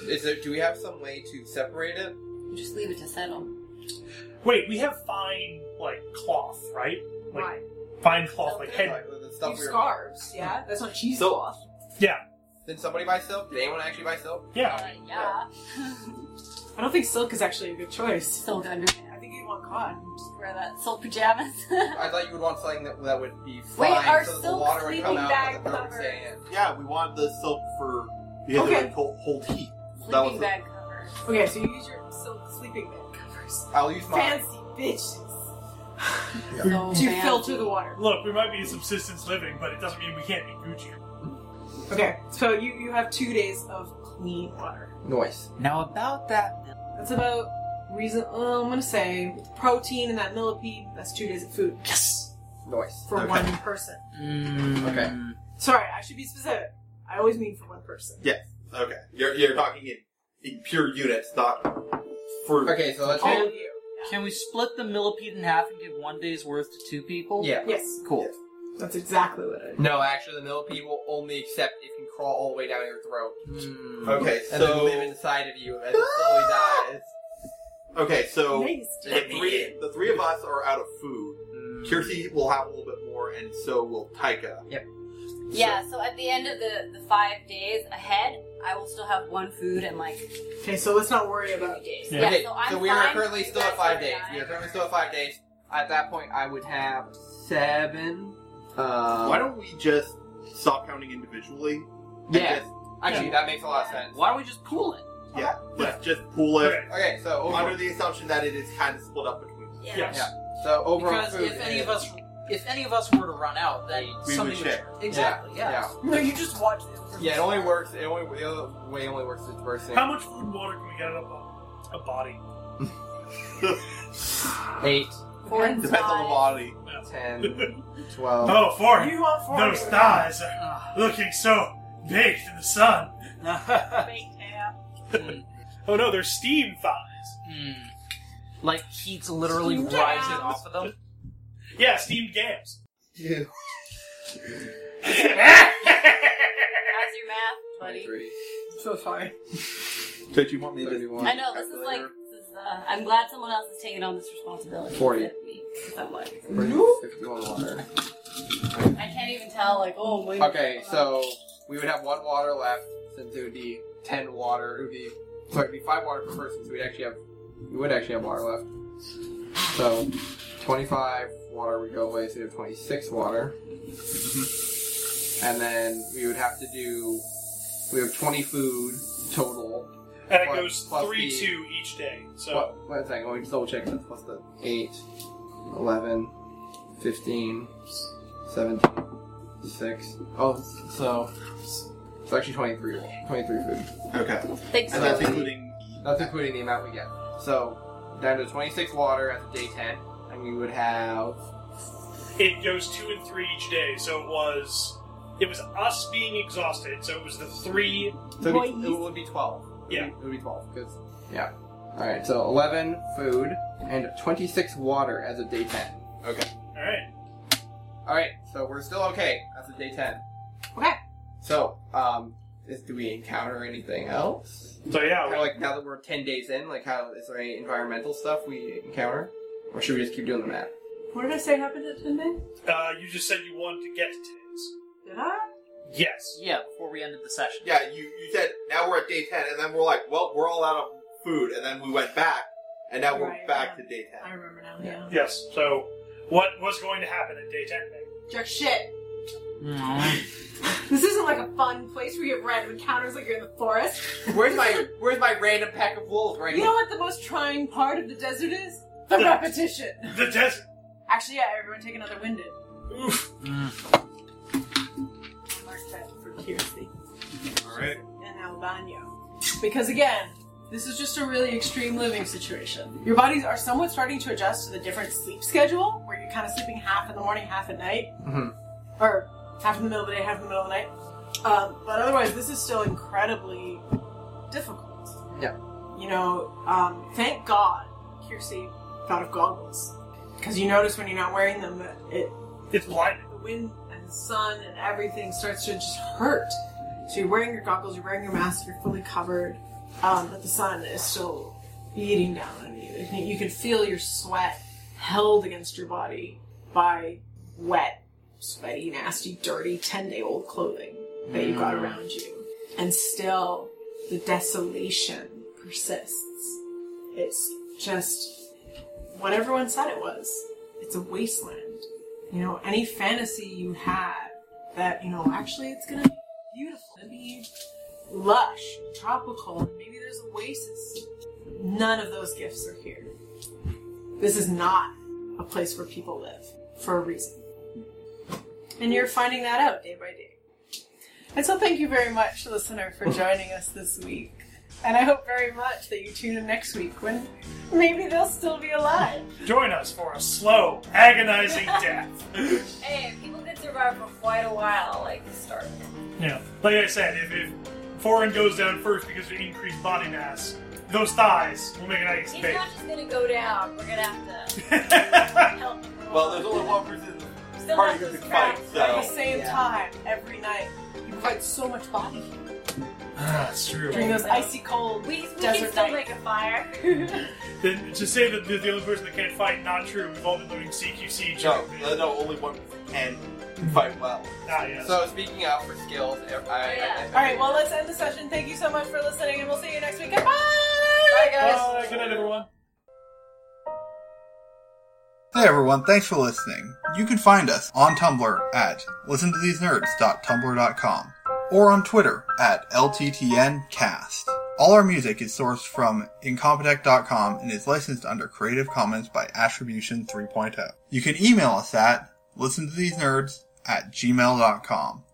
Speaker 3: Is there? Do we have some way to separate it?
Speaker 6: Just leave it to settle.
Speaker 2: Wait, we have fine, like, cloth, right? Like,
Speaker 1: Right.
Speaker 2: Fine cloth, like head.
Speaker 3: Like, the
Speaker 1: You
Speaker 3: stuff we were-
Speaker 1: scarves, yeah? That's not cheesecloth.
Speaker 3: Did somebody buy silk? Did anyone actually buy silk?
Speaker 2: Yeah.
Speaker 6: Uh, yeah.
Speaker 1: I don't think silk is actually a good choice.
Speaker 6: Silk underpants.
Speaker 1: I think you'd want cotton.
Speaker 6: Just wear that silk pajamas.
Speaker 3: I thought you would want something that, that would be
Speaker 6: Wait,
Speaker 3: fine
Speaker 6: are
Speaker 3: so that the
Speaker 6: silk
Speaker 3: water would come
Speaker 6: sleeping
Speaker 3: out
Speaker 6: bag
Speaker 3: and the dirt would
Speaker 6: covers?
Speaker 3: stay in.
Speaker 4: Yeah, we wanted the silk for because
Speaker 1: Okay.
Speaker 4: it would hold, hold heat. That was
Speaker 6: Sleeping
Speaker 4: the-
Speaker 6: bag covers.
Speaker 1: Okay, so you use your silk sleeping bag covers.
Speaker 3: I'll use mine.
Speaker 1: Fancy bitches.
Speaker 6: So
Speaker 1: To
Speaker 6: fancy.
Speaker 1: filter the water.
Speaker 2: Look, we might be subsistence living, but it doesn't mean we can't be Gucci.
Speaker 1: Okay, so you, you have two days of clean water.
Speaker 3: Noise.
Speaker 5: Now about that.
Speaker 1: That's about reason. Well, I'm gonna say with protein and that millipede. That's two days of food
Speaker 5: Yes.
Speaker 3: Noise.
Speaker 1: for
Speaker 4: Okay.
Speaker 1: one person.
Speaker 5: Mm.
Speaker 3: Okay.
Speaker 1: Sorry, I should be specific. I always mean for one person.
Speaker 4: Okay, you're, you're talking in, in pure units, not for.
Speaker 3: Okay, so let's
Speaker 4: Oh.
Speaker 1: All of you.
Speaker 5: Can we split the millipede in half and give one day's worth to two people?
Speaker 3: Yeah.
Speaker 1: Yes,
Speaker 5: Cool.
Speaker 1: that's exactly what I.
Speaker 3: No, actually, the millipede will only accept if you can crawl all the way down your throat
Speaker 5: Mm.
Speaker 4: Hmm. Okay,
Speaker 3: and then live
Speaker 4: so
Speaker 3: inside of you as it slowly dies.
Speaker 4: okay, so
Speaker 1: Nice.
Speaker 4: the three, the three of us are out of food. Kirsty will have a little bit more, and so will Taika.
Speaker 6: Yeah, so at the end of the, the five days ahead, I will still have one food and like
Speaker 1: Okay, so let's not worry about.
Speaker 6: three days.
Speaker 2: Yeah.
Speaker 6: Yeah,
Speaker 3: Okay,
Speaker 6: so I'm
Speaker 3: we
Speaker 6: fine.
Speaker 3: are currently
Speaker 6: You
Speaker 3: still
Speaker 6: guys
Speaker 3: at five
Speaker 6: are
Speaker 3: days.
Speaker 6: fine.
Speaker 3: We are currently still at five days. At that point, I would have seven. Um,
Speaker 4: Why don't we just stop counting individually? and
Speaker 3: Yeah.
Speaker 4: just-
Speaker 3: Actually, that makes a lot of sense.
Speaker 5: Why don't we just pool it?
Speaker 4: Yeah. Let's just pool it
Speaker 2: Okay.
Speaker 3: Okay, so
Speaker 4: under
Speaker 3: over,
Speaker 4: the assumption that it is kind of split up between us.
Speaker 2: Yes.
Speaker 3: so overall
Speaker 5: Because
Speaker 3: food.
Speaker 5: if any
Speaker 3: is-
Speaker 5: of us, if any of us were to run out, then
Speaker 4: We would
Speaker 5: somebody
Speaker 4: share.
Speaker 5: exactly. Yeah.
Speaker 3: yeah,
Speaker 7: No, you just watch it.
Speaker 3: yeah. It only works. It only the other way only works is diversity.
Speaker 2: How much food and water can we get out of a- a body?
Speaker 3: Eight,
Speaker 6: Four and
Speaker 4: Depends on the body.
Speaker 3: ten, twelve.
Speaker 2: Oh, for
Speaker 1: You want four?
Speaker 2: those thighs are
Speaker 5: Ah.
Speaker 2: looking so baked in the sun.
Speaker 5: Hmm.
Speaker 7: Baked ham.
Speaker 5: Mm,
Speaker 2: Oh no, they're steam thighs.
Speaker 5: mm. Like heat's literally
Speaker 1: Steamed
Speaker 5: rising
Speaker 1: yams.
Speaker 5: off of them.
Speaker 2: Yeah, steamed gams.
Speaker 6: How's your math, buddy?
Speaker 3: Twenty-three.
Speaker 1: So sorry.
Speaker 4: Did you want me to?
Speaker 3: Thirty-one.
Speaker 6: I know this is like. This is, uh, I'm glad someone else is taking on this responsibility.
Speaker 3: Forty.
Speaker 6: except me, 'cause I'm like,
Speaker 3: Fifty-one water.
Speaker 6: I can't even tell. Like, oh my.
Speaker 3: Okay, so we would have one water left since it would be ten water. It would be sorry, it'd be five water per person. So we'd actually have we would actually have water left. So twenty-five water would go away, so we have twenty-six water, and then we would have to do we have twenty food total.
Speaker 2: And it
Speaker 3: Plus-
Speaker 2: goes
Speaker 3: plus
Speaker 2: three
Speaker 3: the-
Speaker 2: two each day. So
Speaker 3: What, one second, let me just double check that. What's the 8, 11, 15, 17, 6. Oh, so. It's actually 23, 23 food.
Speaker 4: Okay. And
Speaker 6: Thanks.
Speaker 3: So-
Speaker 4: that's including.
Speaker 3: That's including the amount we get. So, down to 26 water at the day 10. And we would have.
Speaker 2: it goes two and three each day. So it was it was us being exhausted. So it was the three.
Speaker 3: So it'd be, it would be 12. It would be-
Speaker 2: Yeah.
Speaker 3: It would be 12, because. Yeah. Alright, so 11 food and 26 water as of day 10.
Speaker 2: All right.
Speaker 3: Alright, so we're still okay as of day 10.
Speaker 1: Okay.
Speaker 3: So, um, is, do we encounter anything else?
Speaker 2: So yeah,
Speaker 3: Kind of
Speaker 2: we-
Speaker 3: like now that we're ten days in, like how is there any environmental stuff we encounter, or should we just keep doing the map?
Speaker 1: What did I say happened at 10 days?
Speaker 2: uh, you just said you wanted to get to today's.
Speaker 1: Did I?
Speaker 2: Yes.
Speaker 5: Yeah, before we ended the session.
Speaker 4: Yeah, you, you said now we're at day 10, and then we're like, well, we're all out of food, and then we went back, and now we're
Speaker 1: Right,
Speaker 4: back
Speaker 1: yeah.
Speaker 4: to day 10.
Speaker 1: I remember now, yeah.
Speaker 2: Yes. So what was going to happen at day ten? Then?
Speaker 1: Jack shit.
Speaker 5: Mm.
Speaker 1: This isn't like a fun place where you have random encounters like you're in the forest.
Speaker 3: Where's my Where's my random pack of wolves right
Speaker 1: You know what the most trying part of the desert is? The repetition.
Speaker 2: The desert.
Speaker 1: Actually, yeah, everyone take another winded.
Speaker 2: Oof.
Speaker 5: Mm.
Speaker 1: Mark that for Kirsty.
Speaker 4: Alright.
Speaker 1: and Albano. Because again, this is just a really extreme living situation. Your bodies are somewhat starting to adjust to the different sleep schedule, where you're kind of sleeping half in the morning, half at night,
Speaker 3: Mhm.
Speaker 1: or half in the middle of the day, half in the middle of the night. Um, but otherwise, this is still incredibly difficult.
Speaker 3: Yeah.
Speaker 1: You know, um, thank God Kiersey thought of goggles. Because you notice when you're not wearing them, it
Speaker 2: It's blinding.
Speaker 1: the wind and the sun and everything starts to just hurt. So you're wearing your goggles, you're wearing your mask, you're fully covered, um, but the sun is still beating down on you. And You can feel your sweat held against your body by wet, sweaty, nasty, dirty, 10 day old clothing that you got around you. And still, the desolation persists. It's just what everyone said it was it's a wasteland you know, any fantasy you had that, you know, actually it's gonna be beautiful, it'll be lush, tropical, and maybe there's oasis. None of those gifts are here. This is not a place where people live for a reason. And you're finding that out day by day. And so thank you very much, listener, for joining us this week. And I hope very much that you tune in next week when maybe they'll still be alive.
Speaker 2: Join us for a slow, agonizing death.
Speaker 6: Hey, people did survive for quite a while, like the start.
Speaker 2: Yeah. Like I said, if, if foreign goes down first because of increased body mass, those thighs will make a nice
Speaker 6: He's
Speaker 2: bait.
Speaker 6: not just gonna go down. We're gonna have to
Speaker 2: Ah,
Speaker 6: help. him along.
Speaker 4: Well, there's only one person.
Speaker 6: Still
Speaker 4: party
Speaker 6: have
Speaker 4: who
Speaker 6: those
Speaker 4: can
Speaker 6: cracks.
Speaker 4: fight,
Speaker 1: at the
Speaker 4: so.
Speaker 1: same time every night. You provide so much body heat
Speaker 2: That's true.
Speaker 1: during those icy cold.
Speaker 6: We, we can
Speaker 1: Desert
Speaker 6: still
Speaker 1: night.
Speaker 6: make a fire.
Speaker 2: Then to say that the, the only person that can't fight, not true. We've all been learning CQC.
Speaker 4: No, uh,
Speaker 2: joke, man.
Speaker 4: no, no, only one person can fight well.
Speaker 2: Ah, yes.
Speaker 3: So speaking of for skills, I, I,
Speaker 6: Yeah.
Speaker 1: All right, well let's end the session. Thank you so much for listening, and we'll see you next week. Goodbye.
Speaker 6: Bye,
Speaker 2: Bye. Good night, everyone.
Speaker 8: Hey everyone, thanks for listening. You can find us on Tumblr at listentothesenerds.tumblr.com or on Twitter at LTTNcast.
Speaker 4: All our music is sourced from incompetech.com and is licensed under Creative Commons by oh. Attribution 3.0. You can email us at listen to these nerds at gmail.com.